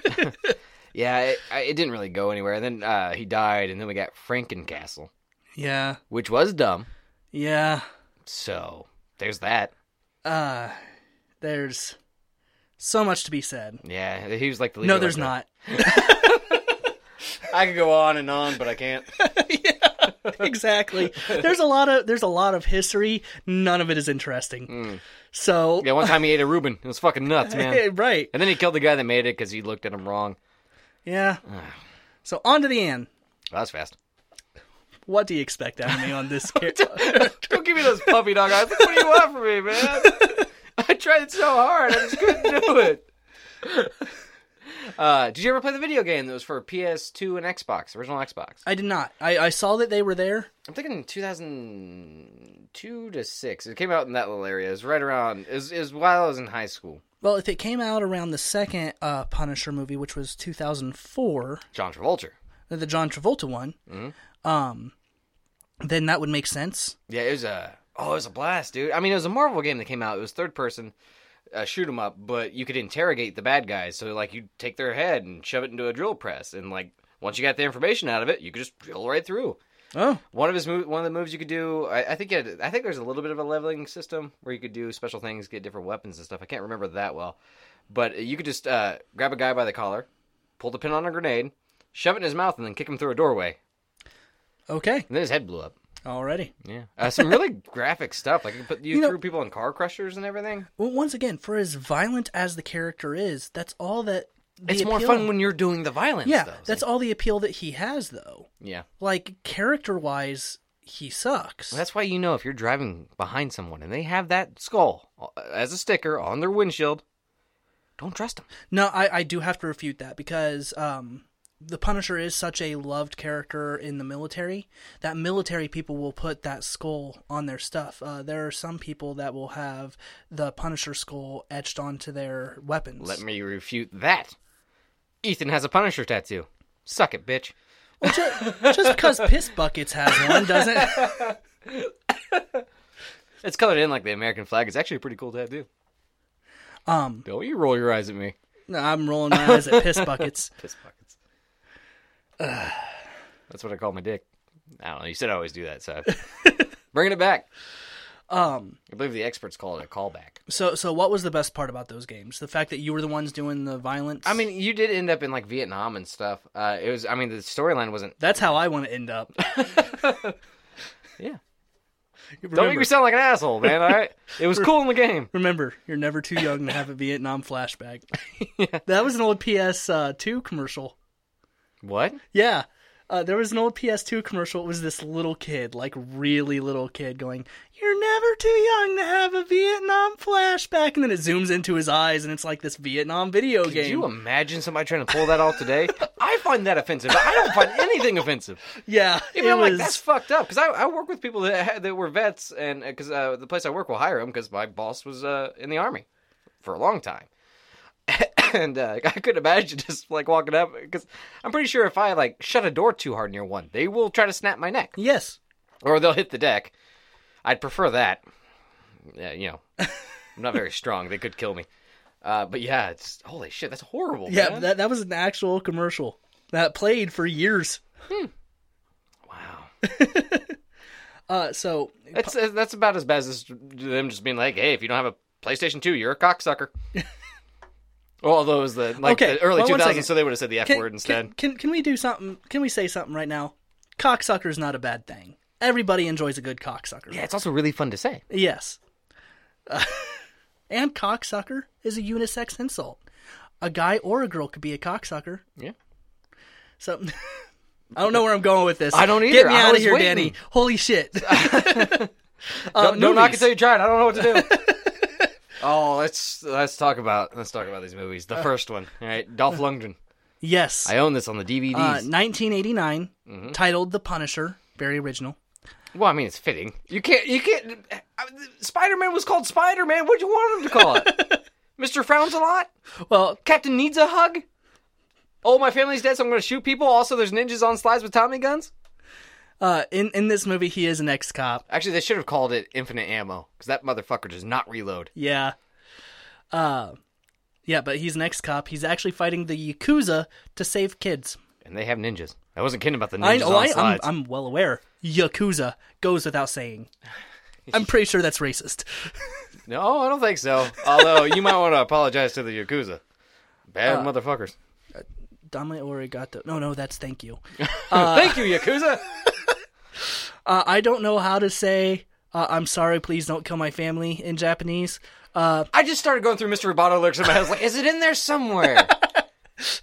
Speaker 2: yeah, it, I- it didn't really go anywhere. And then uh, he died, and then we got Frankencastle,
Speaker 1: Yeah,
Speaker 2: which was dumb.
Speaker 1: yeah.
Speaker 2: So there's that.
Speaker 1: Uh, there's so much to be said.
Speaker 2: Yeah, he was like the leader.
Speaker 1: No,
Speaker 2: of,
Speaker 1: there's
Speaker 2: like,
Speaker 1: not.
Speaker 2: the- I could go on and on, but I can't.
Speaker 1: exactly. There's a lot of there's a lot of history. None of it is interesting. So
Speaker 2: Hmm. Yeah, one time he ate a Reuben. It was fucking nuts, man.
Speaker 1: right.
Speaker 2: And then he killed the guy that made it because he looked at him wrong.
Speaker 1: Yeah. So on to the end.
Speaker 2: That was fast.
Speaker 1: What do you expect out of me on this character?
Speaker 2: Don't give me those puppy dog eyes. What do you want from me, man? I tried so hard. I just couldn't do it. Uh, did you ever play the video game that was for PS2 and Xbox, original Xbox?
Speaker 1: I did not. I, I saw that they were there.
Speaker 2: I'm thinking 2002 to 6. It came out in that little area. It was right around, it was, it was while I was in high school.
Speaker 1: Well, if it came out around the second uh, Punisher movie, which was 2004,
Speaker 2: John Travolta.
Speaker 1: the John Travolta one,
Speaker 2: Mm-hmm.
Speaker 1: um, then that would make sense.
Speaker 2: Yeah, it was a oh, it was a blast, dude. I mean, it was a Marvel game that came out. It was third person, uh, shoot 'em up, but you could interrogate the bad guys. So like, you would take their head and shove it into a drill press, and like, once you got the information out of it, you could just drill right through.
Speaker 1: Oh,
Speaker 2: One of his move, one of the moves you could do, I, I think, it, I think there's a little bit of a leveling system where you could do special things, get different weapons and stuff. I can't remember that well, but you could just uh, grab a guy by the collar, pull the pin on a grenade, shove it in his mouth, and then kick him through a doorway,
Speaker 1: okay.
Speaker 2: and then his head blew up.
Speaker 1: Already.
Speaker 2: Yeah, uh, some really graphic stuff. Like you, put, you,
Speaker 1: You know-
Speaker 2: threw people in car crushers and everything.
Speaker 1: Well, once again, for as violent as the character is, that's all that. The
Speaker 2: It's more
Speaker 1: appeal-
Speaker 2: fun when you're doing the violence.
Speaker 1: Yeah,
Speaker 2: though. It's
Speaker 1: that's
Speaker 2: like-
Speaker 1: all the appeal that he has, though.
Speaker 2: yeah.
Speaker 1: Like character wise, he sucks.
Speaker 2: That's why you know if you're driving behind someone and they have that skull uh, as a sticker on their windshield, don't trust them.
Speaker 1: No, I, I do have to refute that because um, the Punisher is such a loved character in the military that military people will put that skull on their stuff. Uh, there are some people that will have the Punisher skull etched onto their weapons.
Speaker 2: Let me refute that. Ethan has a Punisher tattoo. Suck it, bitch.
Speaker 1: Just because Piss Buckets has one doesn't.
Speaker 2: It's colored in like the American flag. It's actually a pretty cool tattoo.
Speaker 1: Um,
Speaker 2: Don't you roll your eyes at me?
Speaker 1: no, I'm rolling my eyes at Piss Buckets.
Speaker 2: Piss buckets. That's what I call my dick. I don't know. You said I always do that, so bringing it back.
Speaker 1: Um,
Speaker 2: I believe the experts call it a callback.
Speaker 1: so so what was the best part about those games? The fact that you were the ones doing the violence.
Speaker 2: I mean, you did end up in like Vietnam and stuff. Uh, it was, I mean, the storyline wasn't.
Speaker 1: that's how I want to end up.
Speaker 2: Yeah. Don't make
Speaker 1: Remember-
Speaker 2: me sound like an asshole, man. All right, it was cool in the game.
Speaker 1: Remember, you're never too young to have a Vietnam flashback. That was an old PS2 commercial.
Speaker 2: What?
Speaker 1: Yeah. Uh, there was an old PS2 commercial. It was this little kid, like really little kid, going, You're never too young to have a Vietnam flashback. And then it zooms into his eyes, and it's like this Vietnam video
Speaker 2: Could
Speaker 1: game.
Speaker 2: you imagine somebody trying to pull that off today? I find that offensive. I don't find anything offensive.
Speaker 1: yeah.
Speaker 2: Even
Speaker 1: it
Speaker 2: I'm
Speaker 1: was.
Speaker 2: like, that's fucked up. Because I, I work with people that had, that were vets, and because uh, the place I work will hire them because my boss was uh, in the army for a long time. and uh, I could imagine just like walking up because I'm pretty sure if I like shut a door too hard near one, they will try to snap my neck
Speaker 1: Yes.
Speaker 2: or they'll hit the deck. I'd prefer that. Yeah, you know, I'm not very strong. They could kill me. Uh, but yeah, it's holy shit. That's horrible.
Speaker 1: Yeah,
Speaker 2: man.
Speaker 1: that, that was an actual commercial that played for years.
Speaker 2: wow.
Speaker 1: Uh, so
Speaker 2: That's that's about as bad as them just being like, "Hey, if you don't have a PlayStation 2, you're a cocksucker." well, although it was the like
Speaker 1: Okay,
Speaker 2: the early
Speaker 1: well, one
Speaker 2: 2000s,
Speaker 1: second.
Speaker 2: so they would have said the F
Speaker 1: can,
Speaker 2: word
Speaker 1: can-
Speaker 2: instead.
Speaker 1: Can, can we do something? Can we say something right now? Cocksucker is not a bad thing. Everybody enjoys a good cocksucker.
Speaker 2: yeah, it's also really fun to say.
Speaker 1: Yes. Uh, and cocksucker is a unisex insult. A guy or a girl could be a cocksucker.
Speaker 2: Yeah.
Speaker 1: So I don't know where I'm going with this.
Speaker 2: I don't either.
Speaker 1: Get me
Speaker 2: I
Speaker 1: out of
Speaker 2: was
Speaker 1: here,
Speaker 2: waiting.
Speaker 1: Danny. Holy shit. Uh,
Speaker 2: don't don't knock it
Speaker 1: movies.
Speaker 2: till you try it. I don't know what to do. oh, let's let's talk about let's talk about these movies. The first one, all right, Dolph Lundgren.
Speaker 1: yes.
Speaker 2: I Mm-hmm. own this on the DVDs.
Speaker 1: Uh, 1989, titled The Punisher. Very original.
Speaker 2: well, I mean, it's fitting. You can't you can't. Spider Man was called Spider Man. What'd you want him to call it? Mister Frowns a lot.
Speaker 1: Well,
Speaker 2: Captain needs a hug? Oh, my family's dead, so I'm going to shoot people. Also, there's ninjas on slides with Tommy guns.
Speaker 1: uh, in in this movie, he is an ex cop.
Speaker 2: Actually, they should have called it infinite ammo because that motherfucker does not reload.
Speaker 1: Yeah. Uh, yeah, but he's an ex cop. He's actually fighting the Yakuza to save kids.
Speaker 2: And they have ninjas. I wasn't kidding about the
Speaker 1: I
Speaker 2: ninjas
Speaker 1: know.
Speaker 2: on
Speaker 1: I, I'm,
Speaker 2: slides.
Speaker 1: I'm well aware. Yakuza goes without saying. I'm pretty sure that's racist.
Speaker 2: No, I don't think so. Although you might want to apologize to the yakuza. Bad motherfuckers.
Speaker 1: Dame Origato. No, no, that's thank you.
Speaker 2: Thank you, yakuza.
Speaker 1: Uh, I don't know how to say. Uh, I'm sorry. Please don't kill my family in Japanese. Uh,
Speaker 2: I just started going through Mr. Roboto lyrics in my head. I was like, is it in there somewhere?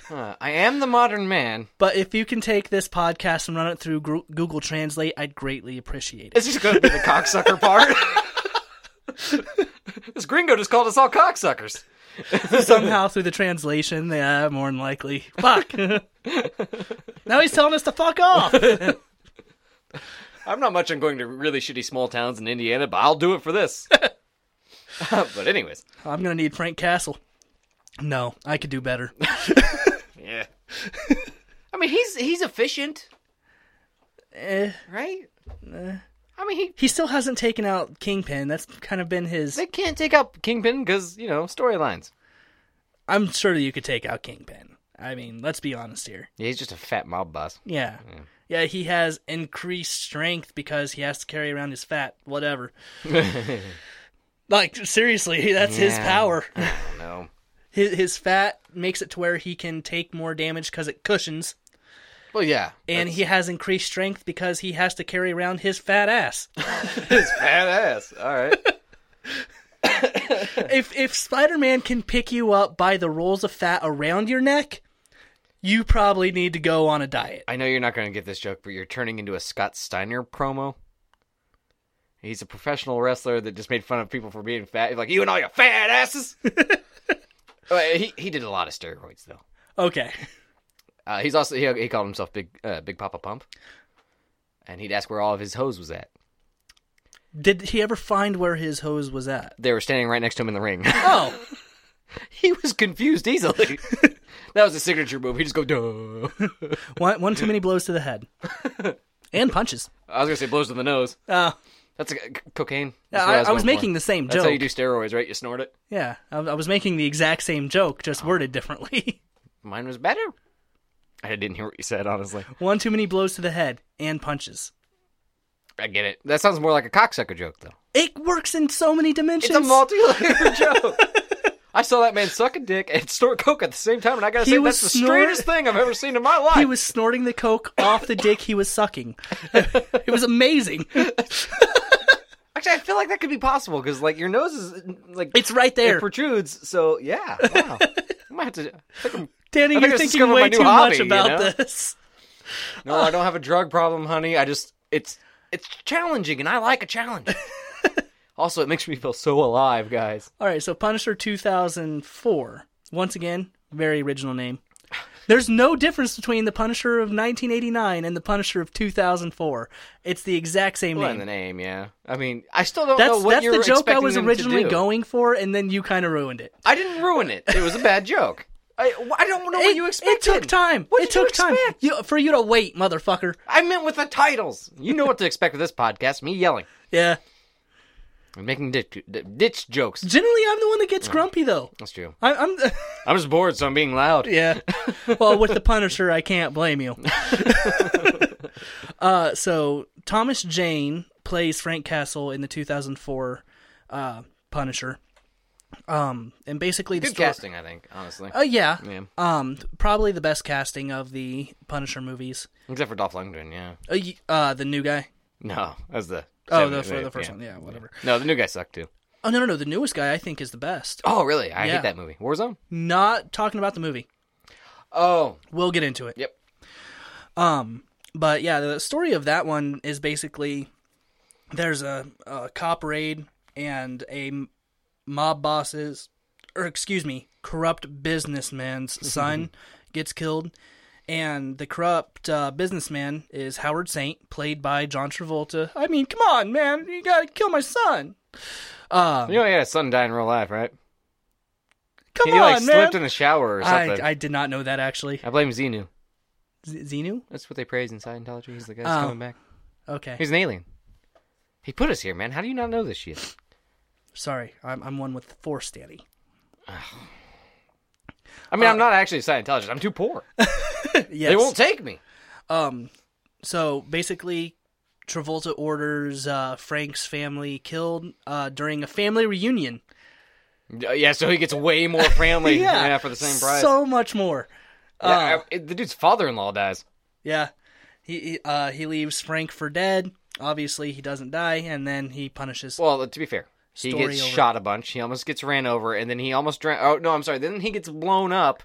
Speaker 2: Huh, I am the modern man.
Speaker 1: but if you can take this podcast and run it through Gru- Google Translate, I'd greatly appreciate it.
Speaker 2: This is going to be the cocksucker part. this gringo just called us all cocksuckers.
Speaker 1: Somehow through the translation, yeah, more than likely. Fuck. now he's telling us to fuck off.
Speaker 2: I'm not much on going to really shitty small towns in Indiana, but I'll do it for this. but anyways,
Speaker 1: I'm gonna need Frank Castle. No, I could do better.
Speaker 2: yeah. I mean, he's he's efficient,
Speaker 1: Eh.
Speaker 2: right? I mean, he
Speaker 1: he still hasn't taken out Kingpin. That's kind of been his.
Speaker 2: they can't take out Kingpin because you know storylines.
Speaker 1: I'm sure that you could take out Kingpin. I mean, let's be honest here.
Speaker 2: Yeah, he's just a fat mob boss.
Speaker 1: Yeah. Yeah, he has increased strength because he has to carry around his fat, whatever. like, seriously, that's his
Speaker 2: Yeah.
Speaker 1: power.
Speaker 2: No,
Speaker 1: His, his fat makes it to where he can take more damage because it cushions,
Speaker 2: well, yeah,
Speaker 1: and he has increased strength because he has to carry around his fat ass.
Speaker 2: he's badass. All right,
Speaker 1: if if Spider Man can pick you up by the rolls of fat around your neck, you probably need to go on a diet.
Speaker 2: I know you're not going to get this joke, but you're turning into a Scott Steiner promo. He's a professional wrestler that just made fun of people for being fat. He's like, you and all your fat asses. Uh, he he did a lot of steroids though.
Speaker 1: Okay.
Speaker 2: Uh, he's also he, he called himself Big uh, Big Papa Pump, and he'd ask where all of his hose was at.
Speaker 1: Did he ever find where his hose was at?
Speaker 2: They were standing right next to him in the ring.
Speaker 1: Oh,
Speaker 2: he was confused easily. that was a signature move. He just go duh.
Speaker 1: one, one too many blows to the head, and punches.
Speaker 2: I was gonna say blows to the nose.
Speaker 1: Uh,
Speaker 2: That's a, c- cocaine.
Speaker 1: I,
Speaker 2: Oh. That's what
Speaker 1: I was,
Speaker 2: going for.
Speaker 1: making the same
Speaker 2: That's
Speaker 1: joke.
Speaker 2: how you do steroids, right? You snort it.
Speaker 1: Yeah, I, I was making the exact same joke, just
Speaker 2: Oh.
Speaker 1: worded differently.
Speaker 2: Mine was better. I didn't hear what you said, honestly.
Speaker 1: one too many blows to the head and punches.
Speaker 2: I get it. That sounds more like a cocksucker joke, though.
Speaker 1: It works in so many dimensions.
Speaker 2: It's a multi-layered joke. I saw that man suck a dick and snort coke at the same time, and I gotta
Speaker 1: He
Speaker 2: say
Speaker 1: was
Speaker 2: that's the
Speaker 1: snort-
Speaker 2: straightest thing I've ever seen in my life.
Speaker 1: he was snorting the coke off the dick he was sucking. it was amazing.
Speaker 2: Actually, I feel like that could be possible because like your nose is like
Speaker 1: It's right there.
Speaker 2: it protrudes. So yeah, wow. I might have to. I think I'm-
Speaker 1: Danny,
Speaker 2: I think
Speaker 1: you're
Speaker 2: I
Speaker 1: thinking
Speaker 2: discovered my
Speaker 1: way
Speaker 2: new
Speaker 1: too
Speaker 2: hobby,
Speaker 1: much
Speaker 2: you
Speaker 1: about
Speaker 2: know?
Speaker 1: this.
Speaker 2: no, I don't have a drug problem, honey. I just it's it's challenging, and I like a challenge. also, it makes me feel so alive, guys.
Speaker 1: All right, so Punisher 2004. Once again, very original name. There's no difference between the Punisher of 1989 and the Punisher of 2004. It's the exact same
Speaker 2: Well, in
Speaker 1: name.
Speaker 2: the name, yeah. I mean, I still don't know
Speaker 1: That's
Speaker 2: what
Speaker 1: that's
Speaker 2: you're
Speaker 1: the joke I
Speaker 2: expecting
Speaker 1: was
Speaker 2: them to
Speaker 1: originally
Speaker 2: do.
Speaker 1: going for, and then you kind of ruined it.
Speaker 2: I didn't ruin it. It was a bad joke. I, I don't know what
Speaker 1: it,
Speaker 2: you
Speaker 1: it
Speaker 2: expected.
Speaker 1: took time.
Speaker 2: What
Speaker 1: it
Speaker 2: did you
Speaker 1: took time
Speaker 2: expect?
Speaker 1: You- for you to wait, motherfucker.
Speaker 2: I meant with the titles. You know what to expect with this podcast. Me yelling
Speaker 1: Yeah.
Speaker 2: and making ditch, ditch jokes.
Speaker 1: Generally, I'm the one that gets grumpy though.
Speaker 2: That's true.
Speaker 1: I, I'm.
Speaker 2: I'm just bored, so I'm being loud.
Speaker 1: Yeah. Well, with the Punisher, I can't blame you. uh, so Thomas Jane plays Frank Castle in the 2004 uh, Punisher. Um, and basically, the
Speaker 2: Good
Speaker 1: sto-
Speaker 2: casting, I think, honestly.
Speaker 1: Uh, yeah.
Speaker 2: Yeah.
Speaker 1: Um, probably the best casting of the Punisher movies.
Speaker 2: Except for Dolph Lundgren, yeah.
Speaker 1: Uh, y- uh the new guy.
Speaker 2: No, that was the.
Speaker 1: Oh, the,
Speaker 2: seventies,
Speaker 1: for
Speaker 2: right?
Speaker 1: the first
Speaker 2: Yeah.
Speaker 1: one. Yeah, whatever.
Speaker 2: No, the new guy sucked too.
Speaker 1: Oh no, no, no. The newest guy I think is the best.
Speaker 2: Oh, really? I
Speaker 1: Yeah.
Speaker 2: hate that movie. Warzone?
Speaker 1: Not talking about the movie.
Speaker 2: Oh,
Speaker 1: We'll get into it.
Speaker 2: yep.
Speaker 1: Um, but yeah, the story of that one is basically there's a, a cop raid and a m- mob boss's, or excuse me, corrupt businessman's son gets killed, and the corrupt uh, businessman is Howard Saint, played by John Travolta. I mean, come on, man, you gotta kill my son. Uh,
Speaker 2: You know, he had a son die in real life, right?
Speaker 1: come
Speaker 2: he
Speaker 1: on,
Speaker 2: like
Speaker 1: man.
Speaker 2: slipped in the shower or something. I,
Speaker 1: I, I did not know that actually.
Speaker 2: blame Xenu.
Speaker 1: Z- Xenu?
Speaker 2: That's what they praise in Scientology. He's the guy
Speaker 1: Oh.
Speaker 2: that's coming back.
Speaker 1: Okay.
Speaker 2: He's an alien. He put us here, man. How do you not know this shit?
Speaker 1: Sorry, I'm, I'm one with the force, Danny.
Speaker 2: I mean, I'm not actually a Scientologist. I'm too poor.
Speaker 1: Yes.
Speaker 2: They won't take me.
Speaker 1: Um, so basically, Travolta orders uh, Frank's family killed uh, during a family reunion.
Speaker 2: Uh, Yeah, so he gets way more family yeah. for the same price.
Speaker 1: So uh, much more.
Speaker 2: Yeah, I- the dude's father-in-law dies.
Speaker 1: Yeah, he he, uh, he leaves Frank for dead. Obviously, he doesn't die, and then he punishes.
Speaker 2: Well, to be fair, he
Speaker 1: Story
Speaker 2: gets
Speaker 1: over.
Speaker 2: shot a bunch. He almost gets ran over, and then he almost drown. Oh no, I'm sorry. Then he gets blown up,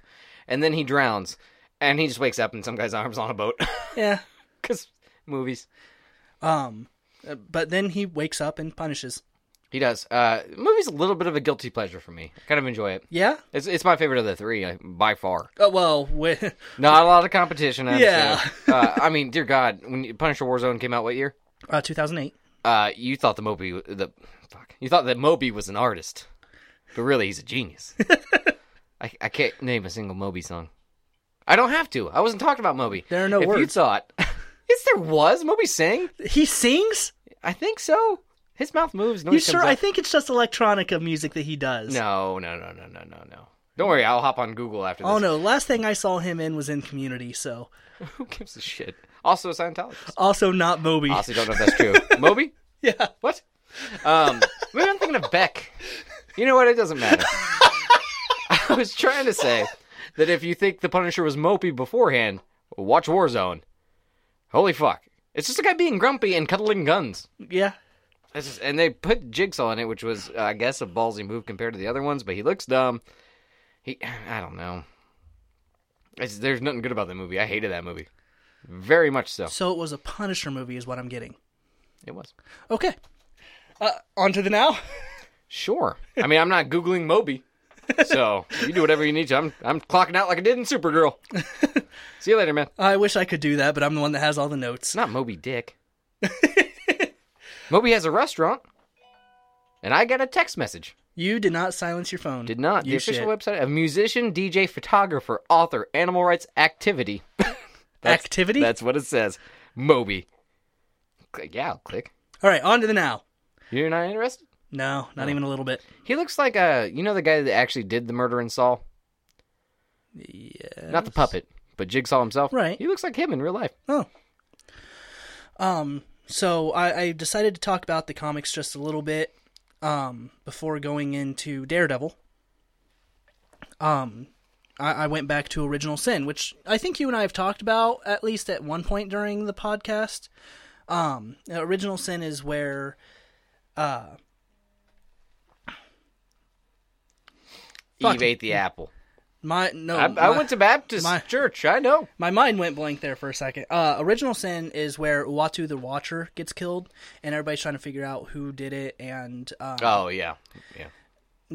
Speaker 2: and then he drowns, and he just wakes up in some guy's arms on a boat.
Speaker 1: yeah.
Speaker 2: Because movies,
Speaker 1: Um, uh, but then he wakes up and punishes.
Speaker 2: he does. Uh, movies a little bit of a guilty pleasure for me. I kind of enjoy it.
Speaker 1: Yeah.
Speaker 2: It's it's my favorite of the three uh, by far.
Speaker 1: Oh well, with,
Speaker 2: Not a lot of competition. I
Speaker 1: Yeah.
Speaker 2: understand. uh, I mean, dear God, when you- Punisher Warzone came out, what year?
Speaker 1: uh, 2008.
Speaker 2: Uh, you thought the Moby w- the fuck. You thought that Moby was an artist, but really he's a genius. I, I can't name a single Moby song. I don't have to. I wasn't talking about Moby.
Speaker 1: There are no
Speaker 2: if You
Speaker 1: words.
Speaker 2: thought? yes, there was. Moby sang.
Speaker 1: He sings.
Speaker 2: I think so. His mouth moves.
Speaker 1: You
Speaker 2: Noise
Speaker 1: sure?
Speaker 2: Comes
Speaker 1: I
Speaker 2: out.
Speaker 1: think it's just electronica music that he does.
Speaker 2: No, no, no, no, no, no, no. Don't worry. I'll hop on Google after this.
Speaker 1: Oh no! Last thing I saw him in was in Community. So
Speaker 2: Who gives a shit? Also a Scientologist.
Speaker 1: also not Moby.
Speaker 2: Honestly, don't know if that's true. Moby.
Speaker 1: Yeah.
Speaker 2: What? Um, maybe I'm thinking of Beck. You know what? It doesn't matter. I was trying to say that if you think the Punisher was mopey beforehand, watch Warzone. Holy fuck! It's just a guy being grumpy and cuddling guns.
Speaker 1: Yeah.
Speaker 2: It's just- and they put Jigsaw in it, which was, uh, I guess, a ballsy move compared to the other ones. But he looks dumb. He, I don't know. It's, there's nothing good about that movie. I hated that movie, very much so.
Speaker 1: So it was a Punisher movie, is what I'm getting.
Speaker 2: It was.
Speaker 1: Okay. Uh, on to the now.
Speaker 2: Sure. I mean, I'm not googling Moby, so you do whatever you need to. I'm I'm clocking out like I did in Supergirl. See you later, man.
Speaker 1: I wish I could do that, but I'm the one that has all the notes.
Speaker 2: It's not Moby Dick. Moby has a restaurant, and I got a text message.
Speaker 1: You did not silence your phone.
Speaker 2: Did not the
Speaker 1: You
Speaker 2: official
Speaker 1: should.
Speaker 2: website of musician, DJ, photographer, author, animal rights activity. That's-
Speaker 1: Activity?
Speaker 2: That's what it says. Moby. Click- Yeah, I'll click.
Speaker 1: All right, on to the now.
Speaker 2: You're not interested.
Speaker 1: No, not even a little bit.
Speaker 2: He looks like uh, you know, the guy that actually did the murder in Saul.
Speaker 1: Yeah.
Speaker 2: Not the puppet, but Jigsaw himself.
Speaker 1: Right.
Speaker 2: He looks like him in real life.
Speaker 1: Oh. Um. So I, I decided to talk about the comics just a little bit, um, before going into Daredevil. Um, I, I went back to Original Sin, which I think you and I have talked about at least at one point during the podcast. Um, Original Sin is where, Fuck.
Speaker 2: Eve ate the apple.
Speaker 1: my no,
Speaker 2: I, I
Speaker 1: Mm. Oh, my-
Speaker 2: went to Baptist
Speaker 1: my-
Speaker 2: church. I know.
Speaker 1: My mind went blank there for a second. Uh, Original Sin is where Uatu the Watcher gets killed, and everybody's trying to figure out who did it. And um,
Speaker 2: Oh yeah, yeah.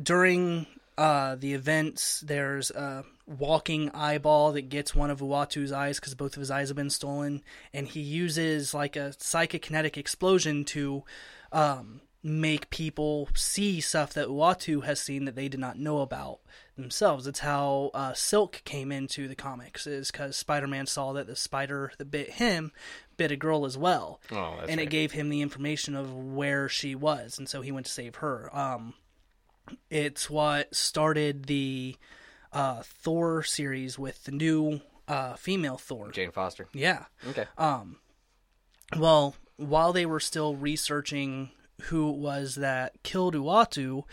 Speaker 1: during uh, the events, there's a walking eyeball that gets one of Uatu's eyes because both of his eyes have been stolen, and he uses like a psychokinetic explosion to um, make people see stuff that Uatu has seen that they did not know about themselves. It's how uh, Silk came into the comics is because Spider-Man saw that the spider that bit him bit a girl as well,
Speaker 2: Oh, that's
Speaker 1: and it
Speaker 2: right.
Speaker 1: gave him the information of where she was, and so he went to save her. Um, it's what started the uh, Thor series with the new uh, female Thor. Uh,
Speaker 2: Jane Foster.
Speaker 1: Yeah.
Speaker 2: Okay.
Speaker 1: Well, while they were still researching who it was that killed Uatu,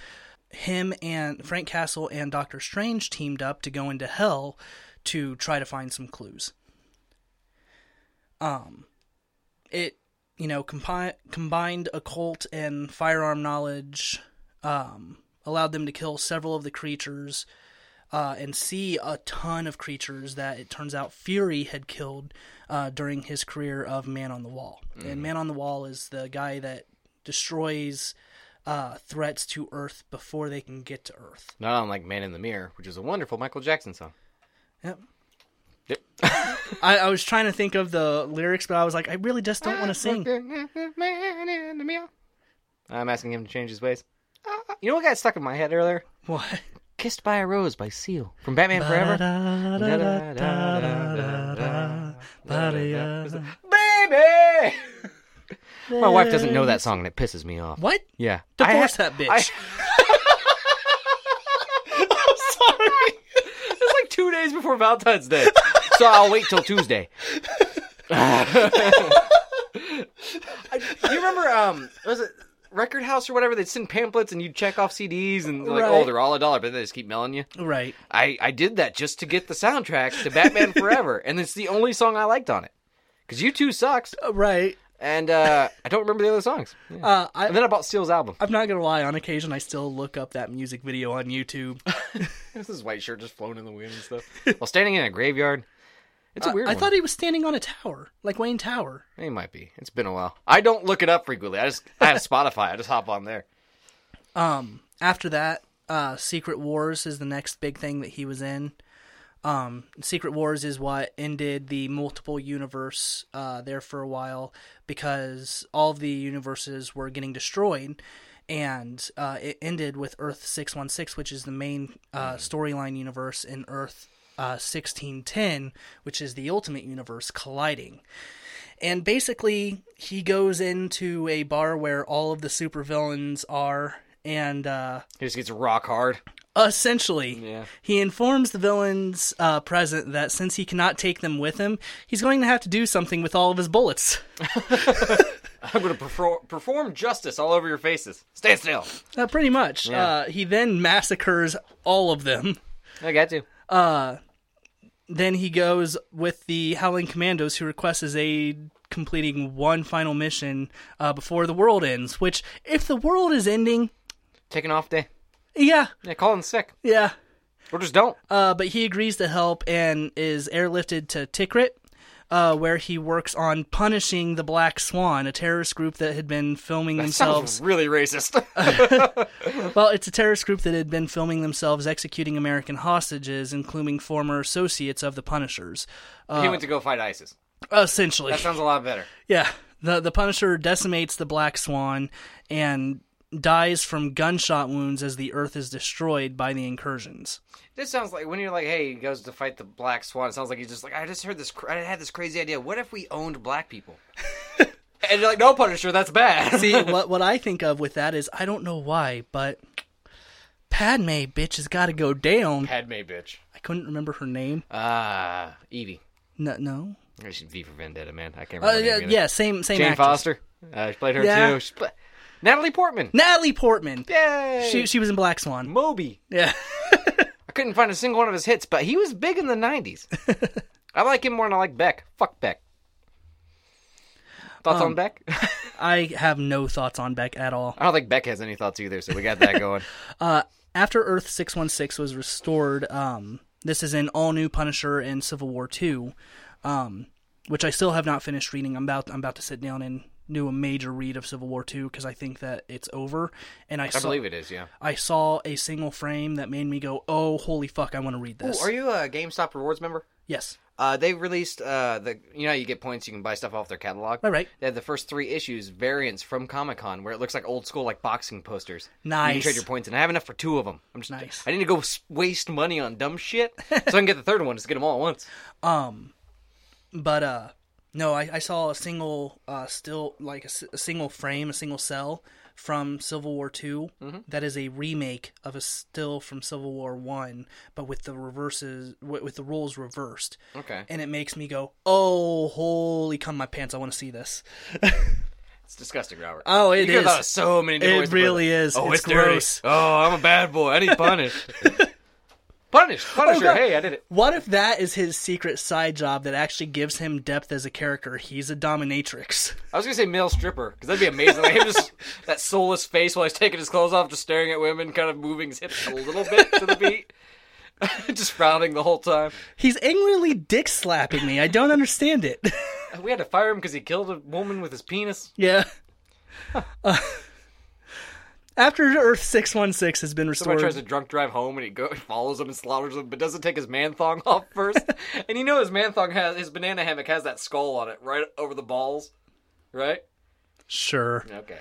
Speaker 1: him and Frank Castle and Doctor Strange teamed up to go into hell to try to find some clues. Um, it you know compi- combined occult and firearm knowledge um, allowed them to kill several of the creatures uh, and see a ton of creatures that it turns out Fury had killed uh, during his career of Man on the Wall. And Man on the Wall is the guy that destroys uh, threats to Earth before they can get to Earth.
Speaker 2: Not unlike Man in the Mirror, which is a wonderful Michael Jackson song.
Speaker 1: Yep.
Speaker 2: Yep.
Speaker 1: I, I was trying to think of the lyrics, but I was like, I really just don't want to sing.
Speaker 2: Man in the Mirror. I'm asking him to change his ways. Uh, you know what got stuck in my head earlier?
Speaker 1: What?
Speaker 2: Kissed by a Rose by Seal from Batman Forever. uh-huh. Baby! My wife doesn't know that song and it pisses me off.
Speaker 1: What?
Speaker 2: Yeah.
Speaker 1: Divorce
Speaker 2: I
Speaker 1: that bitch.
Speaker 2: I- I'm sorry. It's like two days before Valentine's Day. So I'll wait till Tuesday. I, you remember, um, was it Record House or whatever? They'd send pamphlets and you'd check off CDs and like, oh,
Speaker 1: Right.
Speaker 2: they're all a dollar, but they just keep mailing you.
Speaker 1: right.
Speaker 2: I, I did that just to get the soundtrack to Batman Forever, and it's the only song I liked on it. Because You Two sucks,
Speaker 1: Uh, Right.
Speaker 2: and uh, I don't remember the other songs. Yeah.
Speaker 1: Uh,
Speaker 2: and
Speaker 1: I,
Speaker 2: then I bought Steel's album.
Speaker 1: I'm not going to lie. On occasion, I still look up that music video on YouTube.
Speaker 2: This is white shirt just flown in the wind and stuff. While standing in a graveyard. It's a weird
Speaker 1: I
Speaker 2: one.
Speaker 1: thought he was standing on a tower, like Wayne Tower.
Speaker 2: It might be. It's been a while. I don't look it up frequently. I just I have Spotify. I just hop on there.
Speaker 1: Um, after that, uh, Secret Wars is the next big thing that he was in. Um, Secret Wars is what ended the multiple universe uh, there for a while because all of the universes were getting destroyed, and uh, it ended with Earth six one six, which is the main uh, storyline universe, and Earth uh, sixteen ten, which is the ultimate universe colliding. And basically, he goes into a bar where all of the supervillains are, and uh,
Speaker 2: He just gets rock hard.
Speaker 1: essentially,
Speaker 2: Yeah.
Speaker 1: he informs the villains uh, present that since he cannot take them with him, he's going to have to do something with all of his bullets.
Speaker 2: I'm gonna perfor- perform justice all over your faces. Stand still.
Speaker 1: Uh, pretty much. Uh, he then massacres all of them.
Speaker 2: I got you.
Speaker 1: Then he goes with the Howling Commandos, who requests his aid, completing one final mission uh, before the world ends. Which, if the world is ending,
Speaker 2: Take an off day.
Speaker 1: yeah,
Speaker 2: Yeah, call in sick.
Speaker 1: yeah.
Speaker 2: Or just don't.
Speaker 1: Uh, but he agrees to help and is airlifted to Tikrit, uh, where he works on punishing the Black Swan, a terrorist group that had been filming themselves.
Speaker 2: Sounds really racist.
Speaker 1: Well, it's a terrorist group that had been filming themselves executing American hostages, including former associates of the Punishers.
Speaker 2: he went to go fight ISIS.
Speaker 1: Essentially,
Speaker 2: That sounds a lot better.
Speaker 1: yeah. The the Punisher decimates the Black Swan and dies from gunshot wounds as the Earth is destroyed by the incursions.
Speaker 2: This sounds like when you're like, hey, he goes to fight the black swan. It sounds like he's just like, I just heard this. Cr- I had this crazy idea. What if we owned black people? and you're like, no, Punisher, that's bad.
Speaker 1: See, what what I think of with that is I don't know why, but Padme bitch has got to go down.
Speaker 2: Padme, bitch.
Speaker 1: I couldn't remember her name.
Speaker 2: Ah, Evie.
Speaker 1: No, no.
Speaker 2: Or she V for Vendetta, man. I can't
Speaker 1: Uh,
Speaker 2: remember. her
Speaker 1: yeah,
Speaker 2: name either.
Speaker 1: yeah, same same
Speaker 2: Jane
Speaker 1: actress.
Speaker 2: Foster. Uh, she played her
Speaker 1: Yeah.
Speaker 2: too. She pla- Natalie Portman.
Speaker 1: Natalie Portman.
Speaker 2: Yay!
Speaker 1: She she was in Black Swan.
Speaker 2: Moby.
Speaker 1: Yeah.
Speaker 2: I couldn't find a single one of his hits, but he was big in the '90s. I like him more than I like Beck. Fuck Beck. Thoughts
Speaker 1: Um,
Speaker 2: on Beck? I
Speaker 1: I have no thoughts on Beck at all. Uh,
Speaker 2: don't think Beck has any thoughts either, so we got that going.
Speaker 1: After Earth 616 was restored, um this is in All New Punisher and Civil War 2, um which I still have not finished reading. I'm about I'm about to sit down and do a major read of Civil War 2 cuz I think that it's over and I,
Speaker 2: I
Speaker 1: saw,
Speaker 2: believe it is. Yeah.
Speaker 1: I saw a single frame that made me go, "Oh, holy fuck! I want to read
Speaker 2: Ooh,
Speaker 1: this."
Speaker 2: are you a GameStop rewards member?
Speaker 1: yes,
Speaker 2: Uh, they released uh, the you know how you get points you can buy stuff off their catalog.
Speaker 1: Right, right.
Speaker 2: They had the first three issues variants from Comic Con where it looks like old school like boxing posters. You can
Speaker 1: Nice.
Speaker 2: trade your points, and I have enough for two of them. I'm just
Speaker 1: Nice.
Speaker 2: I need to go s- waste money on dumb shit so I can get the third one. Just get them all at once.
Speaker 1: but uh, no, I, I saw a single uh, still like a, s- a single frame, a single cell from Civil War 2
Speaker 2: Mm-hmm.
Speaker 1: that is a remake of a still from Civil War One, but with the reverses with, with the roles reversed,
Speaker 2: Okay.
Speaker 1: and it makes me go, "Oh, holy come my pants! I want to see this."
Speaker 2: It's disgusting, Robert.
Speaker 1: Oh,
Speaker 2: you
Speaker 1: it
Speaker 2: could've
Speaker 1: is.
Speaker 2: thought of so many different
Speaker 1: It
Speaker 2: ways to put
Speaker 1: really is.
Speaker 2: Oh,
Speaker 1: It's
Speaker 2: it's, dirty.
Speaker 1: gross.
Speaker 2: Oh, I'm a bad boy. I need punished. punished. Punisher.
Speaker 1: Oh, God.
Speaker 2: hey, I did it.
Speaker 1: What if that is his secret side job that actually gives him depth as a character? He's a dominatrix.
Speaker 2: I was gonna say male stripper because that'd be amazing. Like him just that soulless face while he's taking his clothes off, just staring at women, kind of moving his hips a little bit to the beat, just frowning the whole time.
Speaker 1: He's angrily dick slapping me. I don't understand it.
Speaker 2: We had to fire him because he killed a woman with his penis.
Speaker 1: yeah. Uh, after Earth 616 has been
Speaker 2: Somebody
Speaker 1: restored.
Speaker 2: tries to drunk drive home and he go, follows him and slaughters him, but doesn't take his man thong off first. and you know his man thong has his banana hammock has that skull on it right over the balls, right?
Speaker 1: Sure.
Speaker 2: Okay,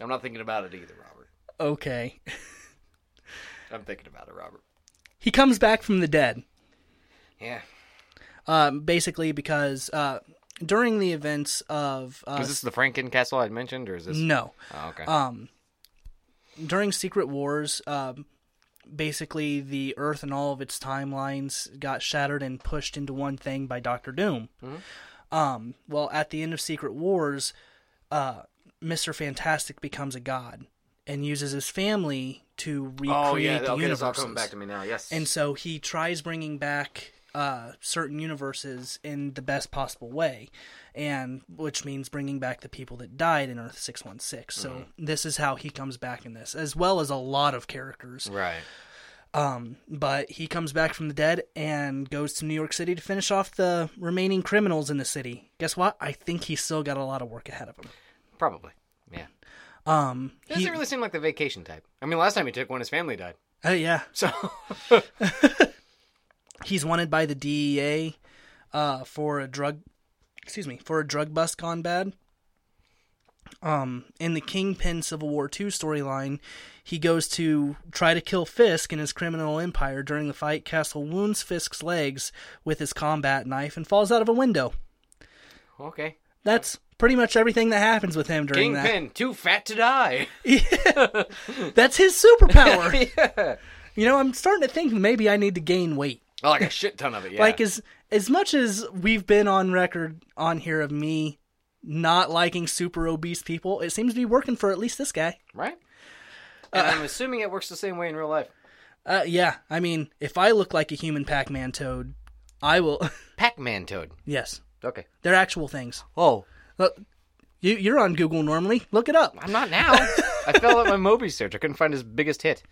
Speaker 2: I'm not thinking about it either, Robert.
Speaker 1: Okay.
Speaker 2: I'm thinking about it, Robert.
Speaker 1: He comes back from the dead.
Speaker 2: Yeah,
Speaker 1: um, basically because uh, during the events of uh,
Speaker 2: is this the Franken Castle I'd mentioned, or is this?
Speaker 1: no
Speaker 2: Oh, okay.
Speaker 1: during Secret Wars, um, basically the Earth and all of its timelines got shattered and pushed into one thing by Doctor Doom.
Speaker 2: Hmm.
Speaker 1: Um, well, at the end of Secret Wars, uh, Mister Fantastic becomes a god and uses his family to recreate
Speaker 2: oh yeah,
Speaker 1: the
Speaker 2: okay, it's all
Speaker 1: universes.
Speaker 2: coming back to me now. Yes,
Speaker 1: And so he tries bringing back uh, certain universes in the best possible way, and which means bringing back the people that died in Earth six one six. So this is how he comes back in this, as well as a lot of characters.
Speaker 2: right.
Speaker 1: But he comes back from the dead and goes to New York City to finish off the remaining criminals in the city. Guess what? I think he's still got a lot of work ahead of him.
Speaker 2: Probably. Yeah.
Speaker 1: Um,
Speaker 2: It doesn't
Speaker 1: he-
Speaker 2: really seem like the vacation type. I mean, last time he took one, his family died.
Speaker 1: uh, yeah,
Speaker 2: So
Speaker 1: he's wanted by the DEA uh, for a drug, excuse me, for a drug bust gone bad. Um, in the Kingpin Civil War II storyline, he goes to try to kill Fisk in his criminal empire. During the fight, Castle wounds Fisk's legs with his combat knife and falls out of a window.
Speaker 2: okay.
Speaker 1: That's pretty much everything that happens with him during
Speaker 2: Kingpin, too fat to die.
Speaker 1: that. That's his superpower.
Speaker 2: yeah.
Speaker 1: you know, I'm starting to think maybe I need to gain weight.
Speaker 2: Oh, like a shit ton of it. Yeah.
Speaker 1: Like as as much as we've been on record on here of me not liking super obese people, it seems to be working for at least this guy.
Speaker 2: right. And I'm assuming it works the same way in real life.
Speaker 1: Uh, yeah, I mean, if I look like a human Pac-Man toad, I will.
Speaker 2: Pac-Man Toad.
Speaker 1: yes,
Speaker 2: Okay.
Speaker 1: they're actual things.
Speaker 2: Oh,
Speaker 1: Look, you you're on Google normally. Look it up.
Speaker 2: I'm not now. I fell at my Moby search. I couldn't find his biggest hit.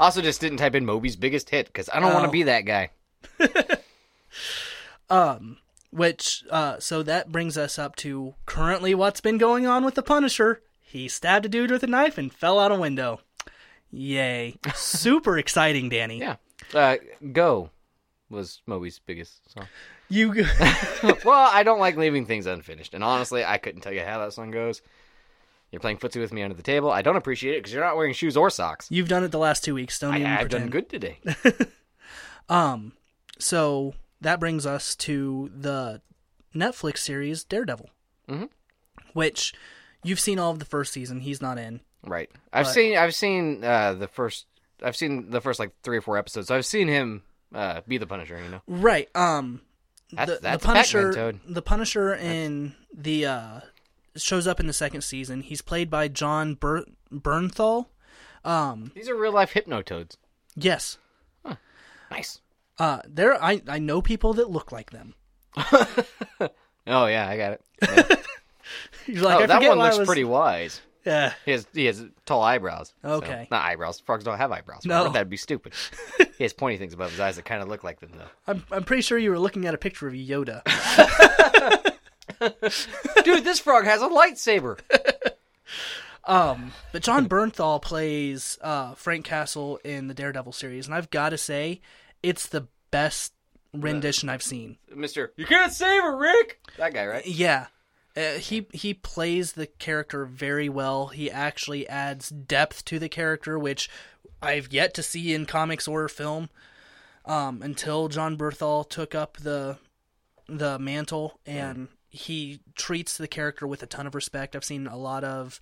Speaker 2: Also, just didn't type in Moby's biggest hit because I don't want
Speaker 1: Oh.
Speaker 2: to be that guy.
Speaker 1: Which uh, so that brings us up to currently what's been going on with the Punisher. He stabbed a dude with a knife and fell out a window. Yay! Super exciting, Danny.
Speaker 2: Yeah. Uh, Go was Moby's biggest song.
Speaker 1: You.
Speaker 2: well, I don't like leaving things unfinished, and honestly, I couldn't tell you how that song goes. You're playing footsie with me under the table. I don't appreciate it because you're not wearing shoes or socks.
Speaker 1: You've done it the last two weeks. Don't
Speaker 2: I,
Speaker 1: even
Speaker 2: have
Speaker 1: pretend.
Speaker 2: done good today.
Speaker 1: So that brings us to the Netflix series Daredevil, mm-hmm. which you've seen all of the first season. He's not in.
Speaker 2: right. I've seen. I've seen uh, the first. I've seen the first like three or four episodes. So I've seen him uh, be the Punisher. You know.
Speaker 1: Right. Um.
Speaker 2: That's,
Speaker 1: the,
Speaker 2: that's
Speaker 1: the Punisher.
Speaker 2: Pac-Man Toad.
Speaker 1: The Punisher in the uh, shows up in the second season. He's played by John Ber- Bernthal.
Speaker 2: These are real life Hypnotoads.
Speaker 1: Yes.
Speaker 2: Nice.
Speaker 1: Uh, there. I I know people that look like them.
Speaker 2: Oh yeah, I got it.
Speaker 1: You're like,
Speaker 2: oh,
Speaker 1: I
Speaker 2: that
Speaker 1: forget
Speaker 2: one
Speaker 1: why I
Speaker 2: looks
Speaker 1: was-
Speaker 2: pretty wise.
Speaker 1: Yeah.
Speaker 2: He has he has tall eyebrows. so-
Speaker 1: Okay.
Speaker 2: not eyebrows. Frogs don't have eyebrows.
Speaker 1: No.
Speaker 2: Robert. that'd be stupid. he has pointy things above his eyes that kind of look like them though.
Speaker 1: I'm I'm pretty sure you were looking at a picture of Yoda.
Speaker 2: Dude, this frog has a lightsaber.
Speaker 1: But John Bernthal plays uh, Frank Castle in the Daredevil series, and I've got to say, it's the best rendition I've seen.
Speaker 2: Mister, you can't save her, Rick. That guy, right?
Speaker 1: Yeah, uh, he he plays the character very well. He actually adds depth to the character, which I've yet to see in comics or film. Um, until John Bernthal took up the the mantle, and he treats the character with a ton of respect. I've seen a lot of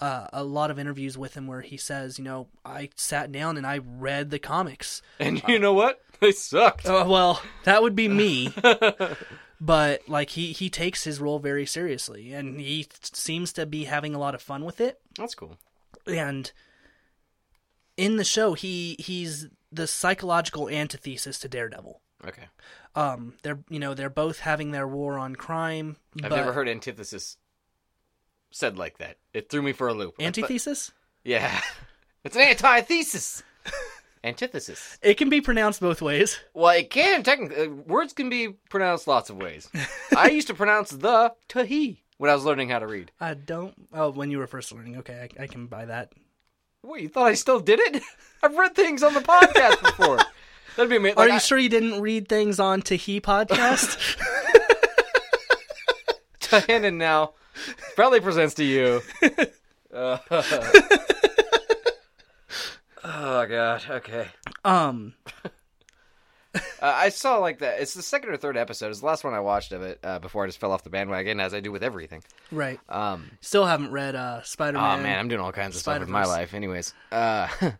Speaker 1: uh, a lot of interviews with him where he says, you know, I sat down and I read the comics.
Speaker 2: And you know what? They sucked.
Speaker 1: Uh, well, that would be me. but like he he takes his role very seriously, and he seems to be having a lot of fun with it.
Speaker 2: That's cool.
Speaker 1: And in the show, he he's the psychological antithesis to Daredevil.
Speaker 2: Okay.
Speaker 1: Um, they're you know they're both having their war on crime.
Speaker 2: I've
Speaker 1: but-
Speaker 2: never heard antithesis said like that. It threw me for a loop. I thought-
Speaker 1: antithesis.
Speaker 2: yeah. It's an antithesis. antithesis.
Speaker 1: It can be pronounced both ways.
Speaker 2: Well, it can technically. uh, Words can be pronounced lots of ways. I used to pronounce the to he when I was learning how to read.
Speaker 1: I don't. Oh, when you were first learning, okay, I, I can buy that.
Speaker 2: Wait, you thought I still did it? I've read things on the podcast before. That'd be amazing.
Speaker 1: Are
Speaker 2: Like,
Speaker 1: you
Speaker 2: I-
Speaker 1: sure you didn't read things on Tahi podcast?
Speaker 2: Diane and now proudly presents to you. Uh, oh god. Okay.
Speaker 1: um,
Speaker 2: Uh, I saw like that. It's the second or third episode. It's the last one I watched of it uh, before I just fell off the bandwagon, as I do with everything.
Speaker 1: right.
Speaker 2: Um.
Speaker 1: Still haven't read uh Spider
Speaker 2: Oh
Speaker 1: Man.
Speaker 2: man, I'm doing all kinds of stuff with my
Speaker 1: Spider-Verse.
Speaker 2: life. Anyways. Uh.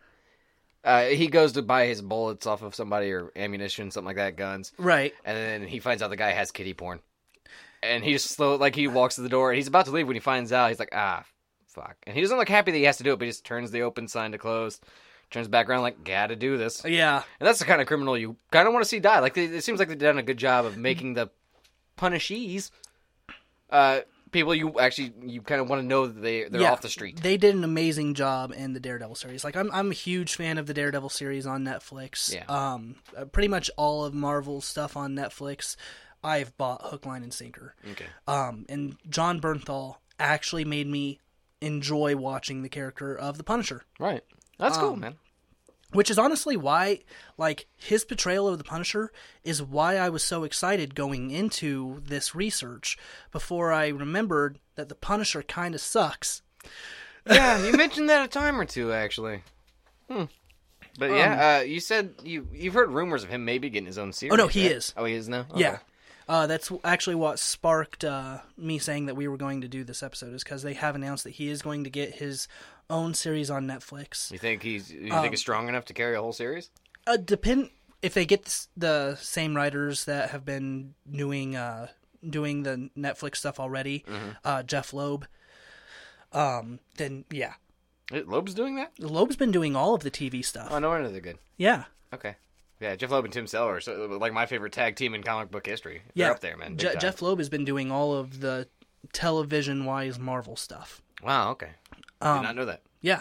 Speaker 2: Uh, he goes to buy his bullets off of somebody or ammunition, something like that, guns,
Speaker 1: Right.
Speaker 2: and then he finds out the guy has kitty porn, and he just slow like he walks to the door and he's about to leave when he finds out he's like ah fuck, and he doesn't look happy that he has to do it, but he just turns the open sign to close, turns back around like gotta do this,
Speaker 1: Yeah.
Speaker 2: And that's the kind of criminal you kind of want to see die. Like they, it seems like they've done a good job of making the punishees uh, people you actually you kind of want to know that they they're
Speaker 1: Yeah.
Speaker 2: off the street.
Speaker 1: They did an amazing job in the Daredevil series. Like I'm I'm a huge fan of the Daredevil series on Netflix.
Speaker 2: Yeah.
Speaker 1: Um uh, pretty much all of Marvel's stuff on Netflix. I've bought hook line and sinker.
Speaker 2: Okay.
Speaker 1: Um and John Bernthal actually made me enjoy watching the character of the Punisher.
Speaker 2: Right. That's cool, man.
Speaker 1: which is honestly why like his portrayal of the punisher is why i was so excited going into this research before i remembered that the punisher kind of sucks
Speaker 2: yeah, you mentioned that a time or two actually. Hmm. But yeah, uh, you said you you've heard rumors of him maybe getting his own series.
Speaker 1: Um, Oh, no, he
Speaker 2: right?
Speaker 1: is.
Speaker 2: Oh, he is now.
Speaker 1: yeah
Speaker 2: Okay.
Speaker 1: uh, that's actually what sparked uh, me saying that we were going to do this episode is because they have announced that he is going to get his own series on netflix
Speaker 2: You think he's you
Speaker 1: Um,
Speaker 2: think he's strong enough to carry a whole series?
Speaker 1: uh, depend if they get s- the same writers that have been doing uh, doing the netflix stuff already
Speaker 2: Mm-hmm.
Speaker 1: uh, jeff loeb um, then yeah
Speaker 2: Eh, Loeb's doing that?
Speaker 1: Loeb's been doing all of the TV stuff.
Speaker 2: Oh, no wonder they're good.
Speaker 1: yeah.
Speaker 2: Okay. Yeah, Jeff Loeb and Tim Seller are like my favorite tag team in comic book history. They're
Speaker 1: yeah.
Speaker 2: up there, man. big
Speaker 1: Je-
Speaker 2: time.
Speaker 1: Jeff Loeb has been doing all of the television wise Marvel stuff.
Speaker 2: Wow. Okay.
Speaker 1: Um,
Speaker 2: Did not know that.
Speaker 1: Yeah.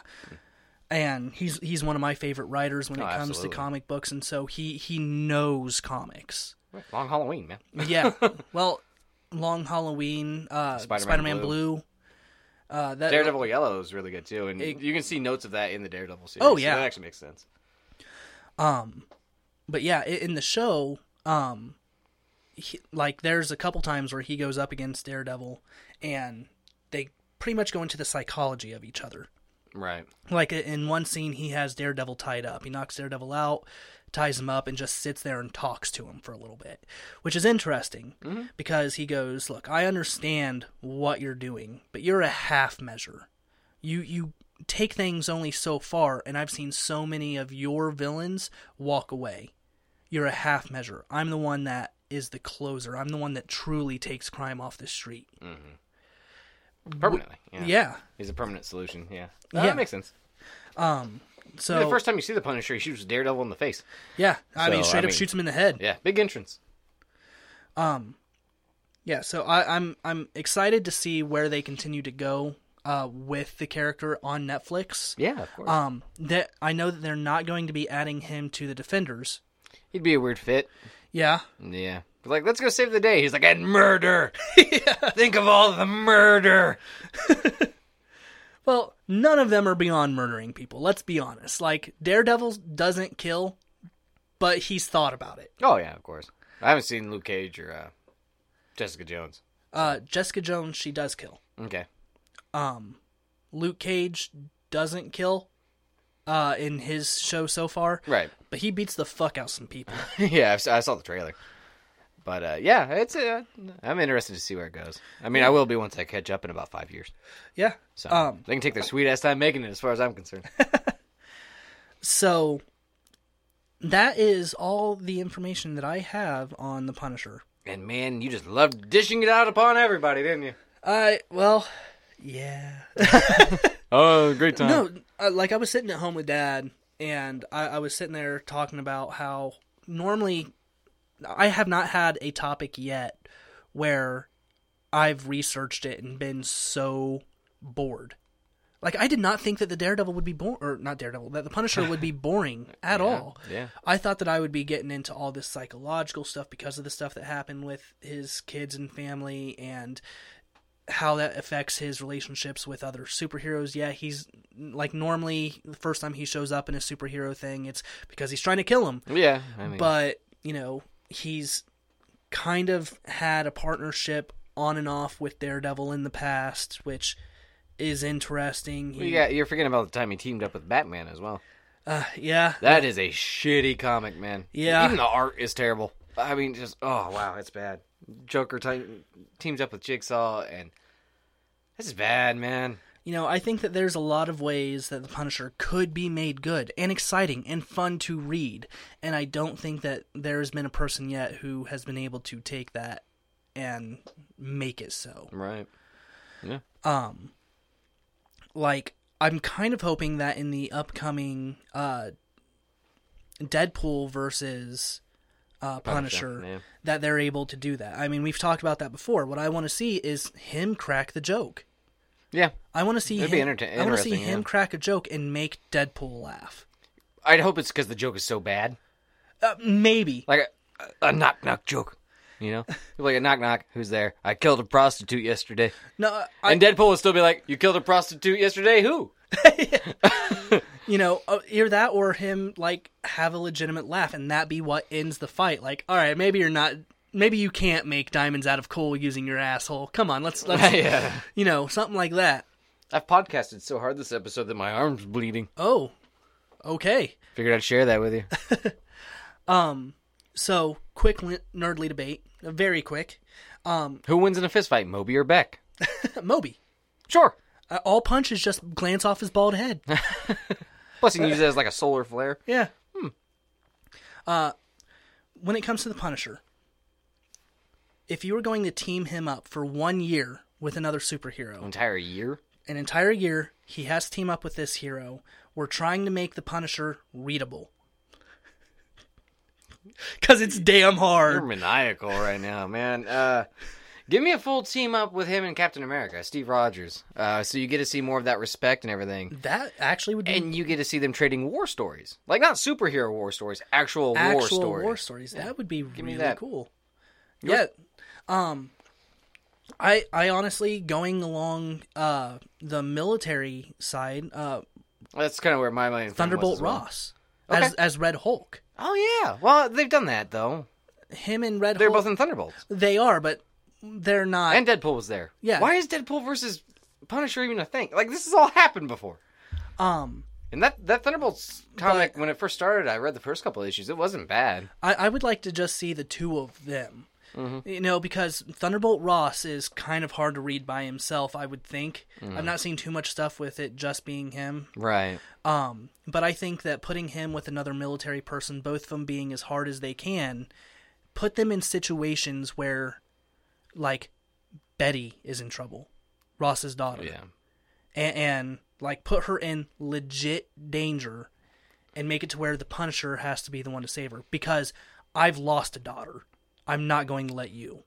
Speaker 1: And he's he's one of my favorite writers when
Speaker 2: Hmm. Oh,
Speaker 1: it comes
Speaker 2: absolutely.
Speaker 1: to comic books and so he he knows comics.
Speaker 2: Long Halloween, man.
Speaker 1: Yeah. well, Long Halloween, uh
Speaker 2: Spider-Man
Speaker 1: Spider-Man, Blue. uh that
Speaker 2: Daredevil Yellow is really good too, and you can see notes of that in the Daredevil series.
Speaker 1: Oh,
Speaker 2: so
Speaker 1: yeah.
Speaker 2: that actually makes sense.
Speaker 1: but yeah, i- in the show, um, he, like there's a couple times where he goes up against Daredevil, and they pretty much go into the psychology of each other.
Speaker 2: Right.
Speaker 1: Like in one scene, he has Daredevil tied up. He knocks Daredevil out, ties him up, and just sits there and talks to him for a little bit, which is interesting
Speaker 2: Mm-hmm.
Speaker 1: because he goes, "Look, I understand what you're doing, but you're a half measure. You you." Take things only so far, and I've seen so many of your villains walk away you're a half measure. I'm the one that is the closer. I'm the one that truly takes crime off the street.
Speaker 2: Permanently. Yeah.
Speaker 1: Yeah.
Speaker 2: He's a permanent solution. Yeah.
Speaker 1: Yeah.
Speaker 2: That makes sense.
Speaker 1: So
Speaker 2: the first time you see the Punisher, he shoots Daredevil in the face.
Speaker 1: yeah, I
Speaker 2: So,
Speaker 1: mean, straight
Speaker 2: I
Speaker 1: up
Speaker 2: mean-
Speaker 1: shoots him in the head. Yeah.
Speaker 2: Yeah. Big entrance.
Speaker 1: so I, I'm I'm excited to see where they continue to go uh, with the character on Netflix.
Speaker 2: Yeah. Of course.
Speaker 1: Um, that I know that they're not going to be adding him to the Defenders.
Speaker 2: He'd be a weird fit.
Speaker 1: Yeah.
Speaker 2: Yeah. But like, let's go save the day. He's like, and murder. Think of all the murder.
Speaker 1: Well, none of them are beyond murdering people. Let's be honest. Like Daredevil doesn't kill, but he's thought about it.
Speaker 2: Oh yeah, of course. I haven't seen Luke Cage or uh, Jessica Jones.
Speaker 1: Uh, Jessica Jones, she does kill.
Speaker 2: Okay.
Speaker 1: um Luke Cage doesn't kill uh in his show so far.
Speaker 2: Right.
Speaker 1: But he beats the fuck out some people.
Speaker 2: yeah, I've, s- I saw the trailer. But uh, yeah, it's uh, I'm interested to see where it goes. I mean, I will be once I catch up in about five years.
Speaker 1: yeah.
Speaker 2: So
Speaker 1: Um
Speaker 2: they can take their sweet ass time making it, as far as I'm concerned.
Speaker 1: so that is all the information that I have on the Punisher.
Speaker 2: And man, you just loved dishing it out upon everybody, didn't you?
Speaker 1: I well, yeah.
Speaker 2: Oh, great time.
Speaker 1: No, uh, like I was sitting at home with dad, and I, I was sitting there talking about how normally I have not had a topic yet where I've researched it and been so bored. Like I did not think that the Daredevil would be boring, or not Daredevil, that the Punisher would be boring at all.
Speaker 2: yeah.
Speaker 1: I thought that I would be getting into all this psychological stuff because of the stuff that happened with his kids and family and how that affects his relationships with other superheroes. Yeah, he's like normally the first time he shows up in a superhero thing, it's because he's trying to kill him.
Speaker 2: Yeah, I mean,
Speaker 1: But, you know, he's kind of had a partnership on and off with Daredevil in the past, which is interesting. He-
Speaker 2: you got, you're forgetting about the time he teamed up with Batman as well.
Speaker 1: uh, yeah.
Speaker 2: That is a shitty comic, man.
Speaker 1: Yeah.
Speaker 2: even the art is terrible. I mean, just oh wow, it's bad. Joker te- teams up with Jigsaw, and this is bad, man.
Speaker 1: You know, I think that there's a lot of ways that the Punisher could be made good and exciting and fun to read, and I don't think that there has been a person yet who has been able to take that and make it so.
Speaker 2: Right.
Speaker 1: Um like I'm kind of hoping that in the upcoming uh Deadpool versus
Speaker 2: Oh,
Speaker 1: uh, Punisher,
Speaker 2: yeah.
Speaker 1: that they're able to do that. I mean, we've talked about that before. What I want to see is him crack the joke.
Speaker 2: Yeah,
Speaker 1: I want to see
Speaker 2: It'd
Speaker 1: him,
Speaker 2: be enterta-
Speaker 1: I want to see
Speaker 2: interesting,
Speaker 1: him
Speaker 2: yeah.
Speaker 1: crack a joke and make Deadpool laugh.
Speaker 2: I'd hope it's because the joke is so bad,
Speaker 1: Uh, maybe.
Speaker 2: like a, a knock knock joke. You know, like a knock knock. Who's there? I killed a prostitute yesterday,
Speaker 1: No, uh, I,
Speaker 2: and Deadpool would still be like, "You killed a prostitute yesterday? Who?"
Speaker 1: you know, uh, either that or him like have a legitimate laugh and that be what ends the fight. Like, all right, maybe you're not maybe you can't make diamonds out of coal using your asshole. Come on, let's let's
Speaker 2: yeah.
Speaker 1: you know, something like that.
Speaker 2: I've podcasted so hard this episode that my arm's bleeding.
Speaker 1: Oh. Okay.
Speaker 2: Figured I'd share that with you.
Speaker 1: So, quick li- nerdly debate, very quick.
Speaker 2: Who wins in a fist fight, Moby or Beck?
Speaker 1: Moby.
Speaker 2: Sure.
Speaker 1: Uh, all punches just glance off his bald head.
Speaker 2: Plus, you can use it as like a solar flare.
Speaker 1: Yeah. Hmm. Uh, when it comes to the Punisher, if you were going to team him up for one year with another superhero,
Speaker 2: Entire year.
Speaker 1: an entire year, he has to team up with this hero. We're trying to make the Punisher readable. Because it's damn
Speaker 2: You're
Speaker 1: hard.
Speaker 2: maniacal right now, man. Uh, give me a full team up with him and Captain America, Steve Rogers. Uh, so you get to see more of that respect and everything.
Speaker 1: That actually would be
Speaker 2: And you get to see them trading war stories. Like, not superhero war stories, actual, war
Speaker 1: actual
Speaker 2: stories.
Speaker 1: war stories. That would be really
Speaker 2: that.
Speaker 1: cool. yeah. Um I I honestly going along uh the military side, uh
Speaker 2: That's kind of where my mind
Speaker 1: Thunderbolt
Speaker 2: was as well.
Speaker 1: Ross as as Red Hulk.
Speaker 2: Oh, yeah. Well, they've done that, though.
Speaker 1: Him and Red
Speaker 2: They're
Speaker 1: Hulk
Speaker 2: both in Thunderbolts.
Speaker 1: they are, but they're not
Speaker 2: And Deadpool was there.
Speaker 1: Yeah.
Speaker 2: Why is Deadpool versus Punisher even a thing? Like, this has all happened before.
Speaker 1: um
Speaker 2: And that that Thunderbolts comic, when it first started, I read the first couple issues. It wasn't bad.
Speaker 1: I, I would like to just see the two of them.
Speaker 2: Mm-hmm.
Speaker 1: You know, because Thunderbolt Ross is kind of hard to read by himself, I would think.
Speaker 2: Mm.
Speaker 1: I've not seen too much stuff with it just being him.
Speaker 2: Right.
Speaker 1: Um, but I think that putting him with another military person, both of them being as hard as they can, put them in situations where, like, Betty is in trouble, Ross's daughter,
Speaker 2: Yeah.
Speaker 1: a- and, like put her in legit danger, and make it to where the Punisher has to be the one to save her because I've lost a daughter. I'm not going to let you.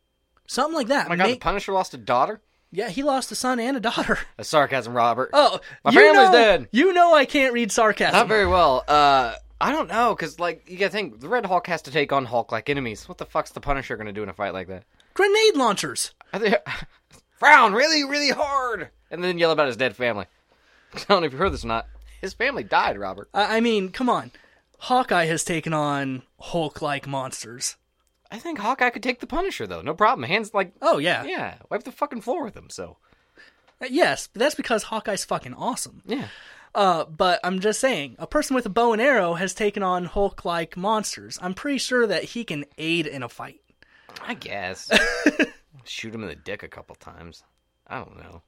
Speaker 1: Something like that.
Speaker 2: Oh my God,
Speaker 1: Make-
Speaker 2: the Punisher lost a daughter.
Speaker 1: yeah, he lost a son and a daughter.
Speaker 2: A sarcasm, Robert.
Speaker 1: Oh,
Speaker 2: My
Speaker 1: you
Speaker 2: family's
Speaker 1: know-
Speaker 2: dead.
Speaker 1: You know I can't read sarcasm.
Speaker 2: Not very well. Uh, I don't know, cause like you gotta think, the Red Hulk has to take on Hulk like enemies. What the fuck's the Punisher gonna do in a fight like that?
Speaker 1: Grenade launchers.
Speaker 2: I think, frown really, really hard, and then yell about his dead family. I don't know if you heard this or not. His family died, Robert.
Speaker 1: I, I mean, come on. Hawkeye has taken on Hulk like monsters.
Speaker 2: I think Hawkeye could take the Punisher though, no problem. Hands like,
Speaker 1: Oh, yeah.
Speaker 2: yeah, wipe the fucking floor with him. So
Speaker 1: Uh, Yes, but that's because Hawkeye's fucking awesome.
Speaker 2: yeah,
Speaker 1: Uh, but I'm just saying, a person with a bow and arrow has taken on Hulk like monsters. I'm pretty sure that he can aid in a fight.
Speaker 2: I guess. Shoot him in the dick a couple times. I don't know.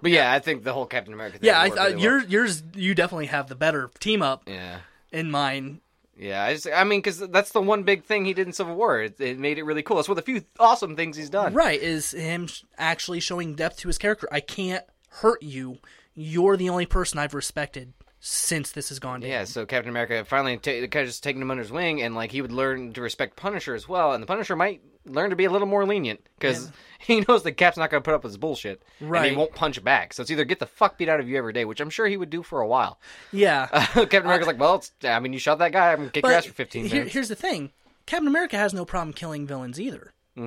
Speaker 2: But yeah, I think the whole Captain America thing.
Speaker 1: Yeah, I,
Speaker 2: would work
Speaker 1: I,
Speaker 2: really well.
Speaker 1: yours, yours, you definitely have the better team up
Speaker 2: Yeah.
Speaker 1: in mine.
Speaker 2: Yeah, I just, I mean, because that's the one big thing he did in Civil War. It, it made it really cool. That's one of the few awesome things he's done.
Speaker 1: Right, is him sh- actually showing depth to his character. I can't hurt you. You're the only person I've respected since this has gone down.
Speaker 2: Yeah, so Captain America finally ta- kind of just taking him under his wing, and like he would learn to respect Punisher as well, and the Punisher might learn to be a little more lenient because he knows the Cap's not going to put up with his bullshit, And
Speaker 1: Right.
Speaker 2: he won't punch back. So it's either get the fuck beat out of you every day, which I'm sure he would do for a while.
Speaker 1: Yeah.
Speaker 2: Captain America's like, well, it's, I mean, you shot that guy, I'm gonna kick your ass for 15
Speaker 1: here-
Speaker 2: minutes.
Speaker 1: here's the thing Captain America has no problem killing villains either.
Speaker 2: He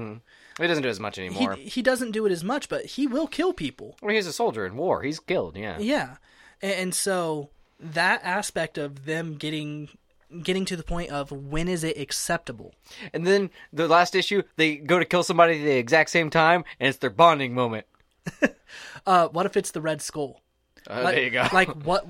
Speaker 2: doesn't do as much
Speaker 1: He,
Speaker 2: anymore.
Speaker 1: he doesn't do it as much, but he will kill people.
Speaker 2: Well, he's a soldier in war. He's killed. Yeah.
Speaker 1: Yeah. And, and so that aspect of them getting getting to the point of when is it acceptable
Speaker 2: And then the last issue, they go to kill somebody at the exact same time, and it's their bonding moment.
Speaker 1: uh what if it's the red skull
Speaker 2: Uh,
Speaker 1: like,
Speaker 2: there you go.
Speaker 1: like what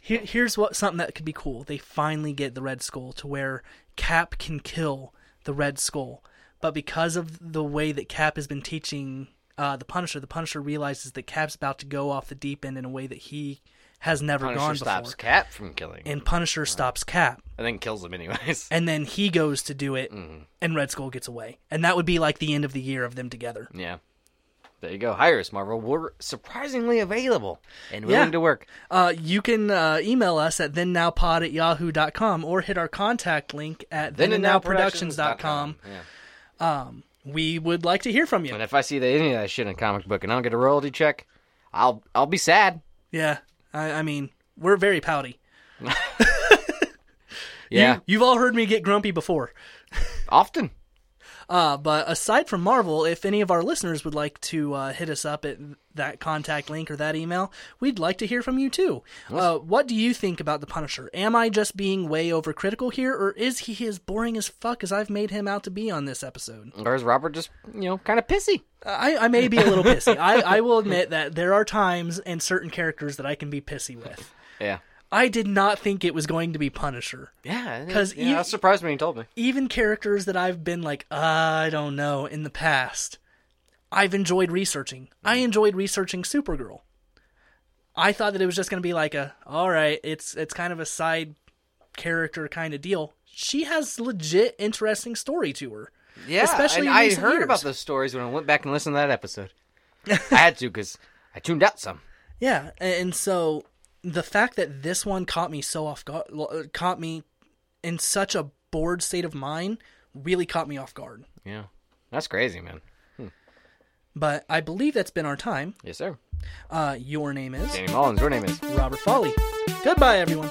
Speaker 1: here, here's what something that could be cool they finally get the red skull to where cap can kill the red skull but because of the way that cap has been teaching uh, the punisher the punisher realizes that cap's about to go off the deep end in a way that he has never gone
Speaker 2: Punisher stops
Speaker 1: before
Speaker 2: Cap from killing,
Speaker 1: and punisher stops cap
Speaker 2: and then kills him anyways.
Speaker 1: and then he goes to do it
Speaker 2: Mm-hmm.
Speaker 1: and red skull gets away and that would be like the end of the year of them together
Speaker 2: yeah. There you go. Hire us, Marvel. We're surprisingly available and willing
Speaker 1: Yeah.
Speaker 2: to work.
Speaker 1: Uh, you can uh, email us at thennowpod at yahoo.com or hit our contact link at thenandnowproductions.com.
Speaker 2: Yeah.
Speaker 1: We would like to hear from you.
Speaker 2: And if I see that any of that shit in a comic book and I don't get a royalty check, I'll I'll be sad.
Speaker 1: Yeah, I, I mean, we're very pouty.
Speaker 2: Yeah.
Speaker 1: You've all heard me get grumpy before.
Speaker 2: Often.
Speaker 1: Uh, but aside from Marvel, if any of our listeners would like to uh, hit us up at that contact link or that email, we'd like to hear from you too. Uh, what do you think about the Punisher? Am I just being way overcritical here, or is he as boring as fuck as I've made him out to be on this episode?
Speaker 2: Or is Robert just you know kind of pissy?
Speaker 1: I, I may be a little pissy. I, I will admit that there are times and certain characters that I can be pissy with.
Speaker 2: Yeah.
Speaker 1: I did not think it was going to be Punisher.
Speaker 2: Yeah.
Speaker 1: 'Cause
Speaker 2: yeah,
Speaker 1: you-
Speaker 2: I was surprised when you told me.
Speaker 1: Even characters that I've been like, "Uh, I don't know, in the past, I've enjoyed researching. I enjoyed researching Supergirl. I thought that it was just going to be like a, all right, it's it's kind of a side character kind of deal. She has legit interesting story to her.
Speaker 2: Yeah,
Speaker 1: especially
Speaker 2: and
Speaker 1: in
Speaker 2: I
Speaker 1: recent
Speaker 2: heard
Speaker 1: years.
Speaker 2: about those stories when I went back and listened to that episode. I had to because I tuned out some.
Speaker 1: Yeah, a- and so the fact that this one caught me so off guard, uh, caught me in such a bored state of mind, really caught me off guard.
Speaker 2: Yeah, that's crazy, man.
Speaker 1: But I believe that's been our time.
Speaker 2: Yes, sir.
Speaker 1: Uh, your name is
Speaker 2: Danny Mullins, your name is.
Speaker 1: Robert Folly. Goodbye, everyone.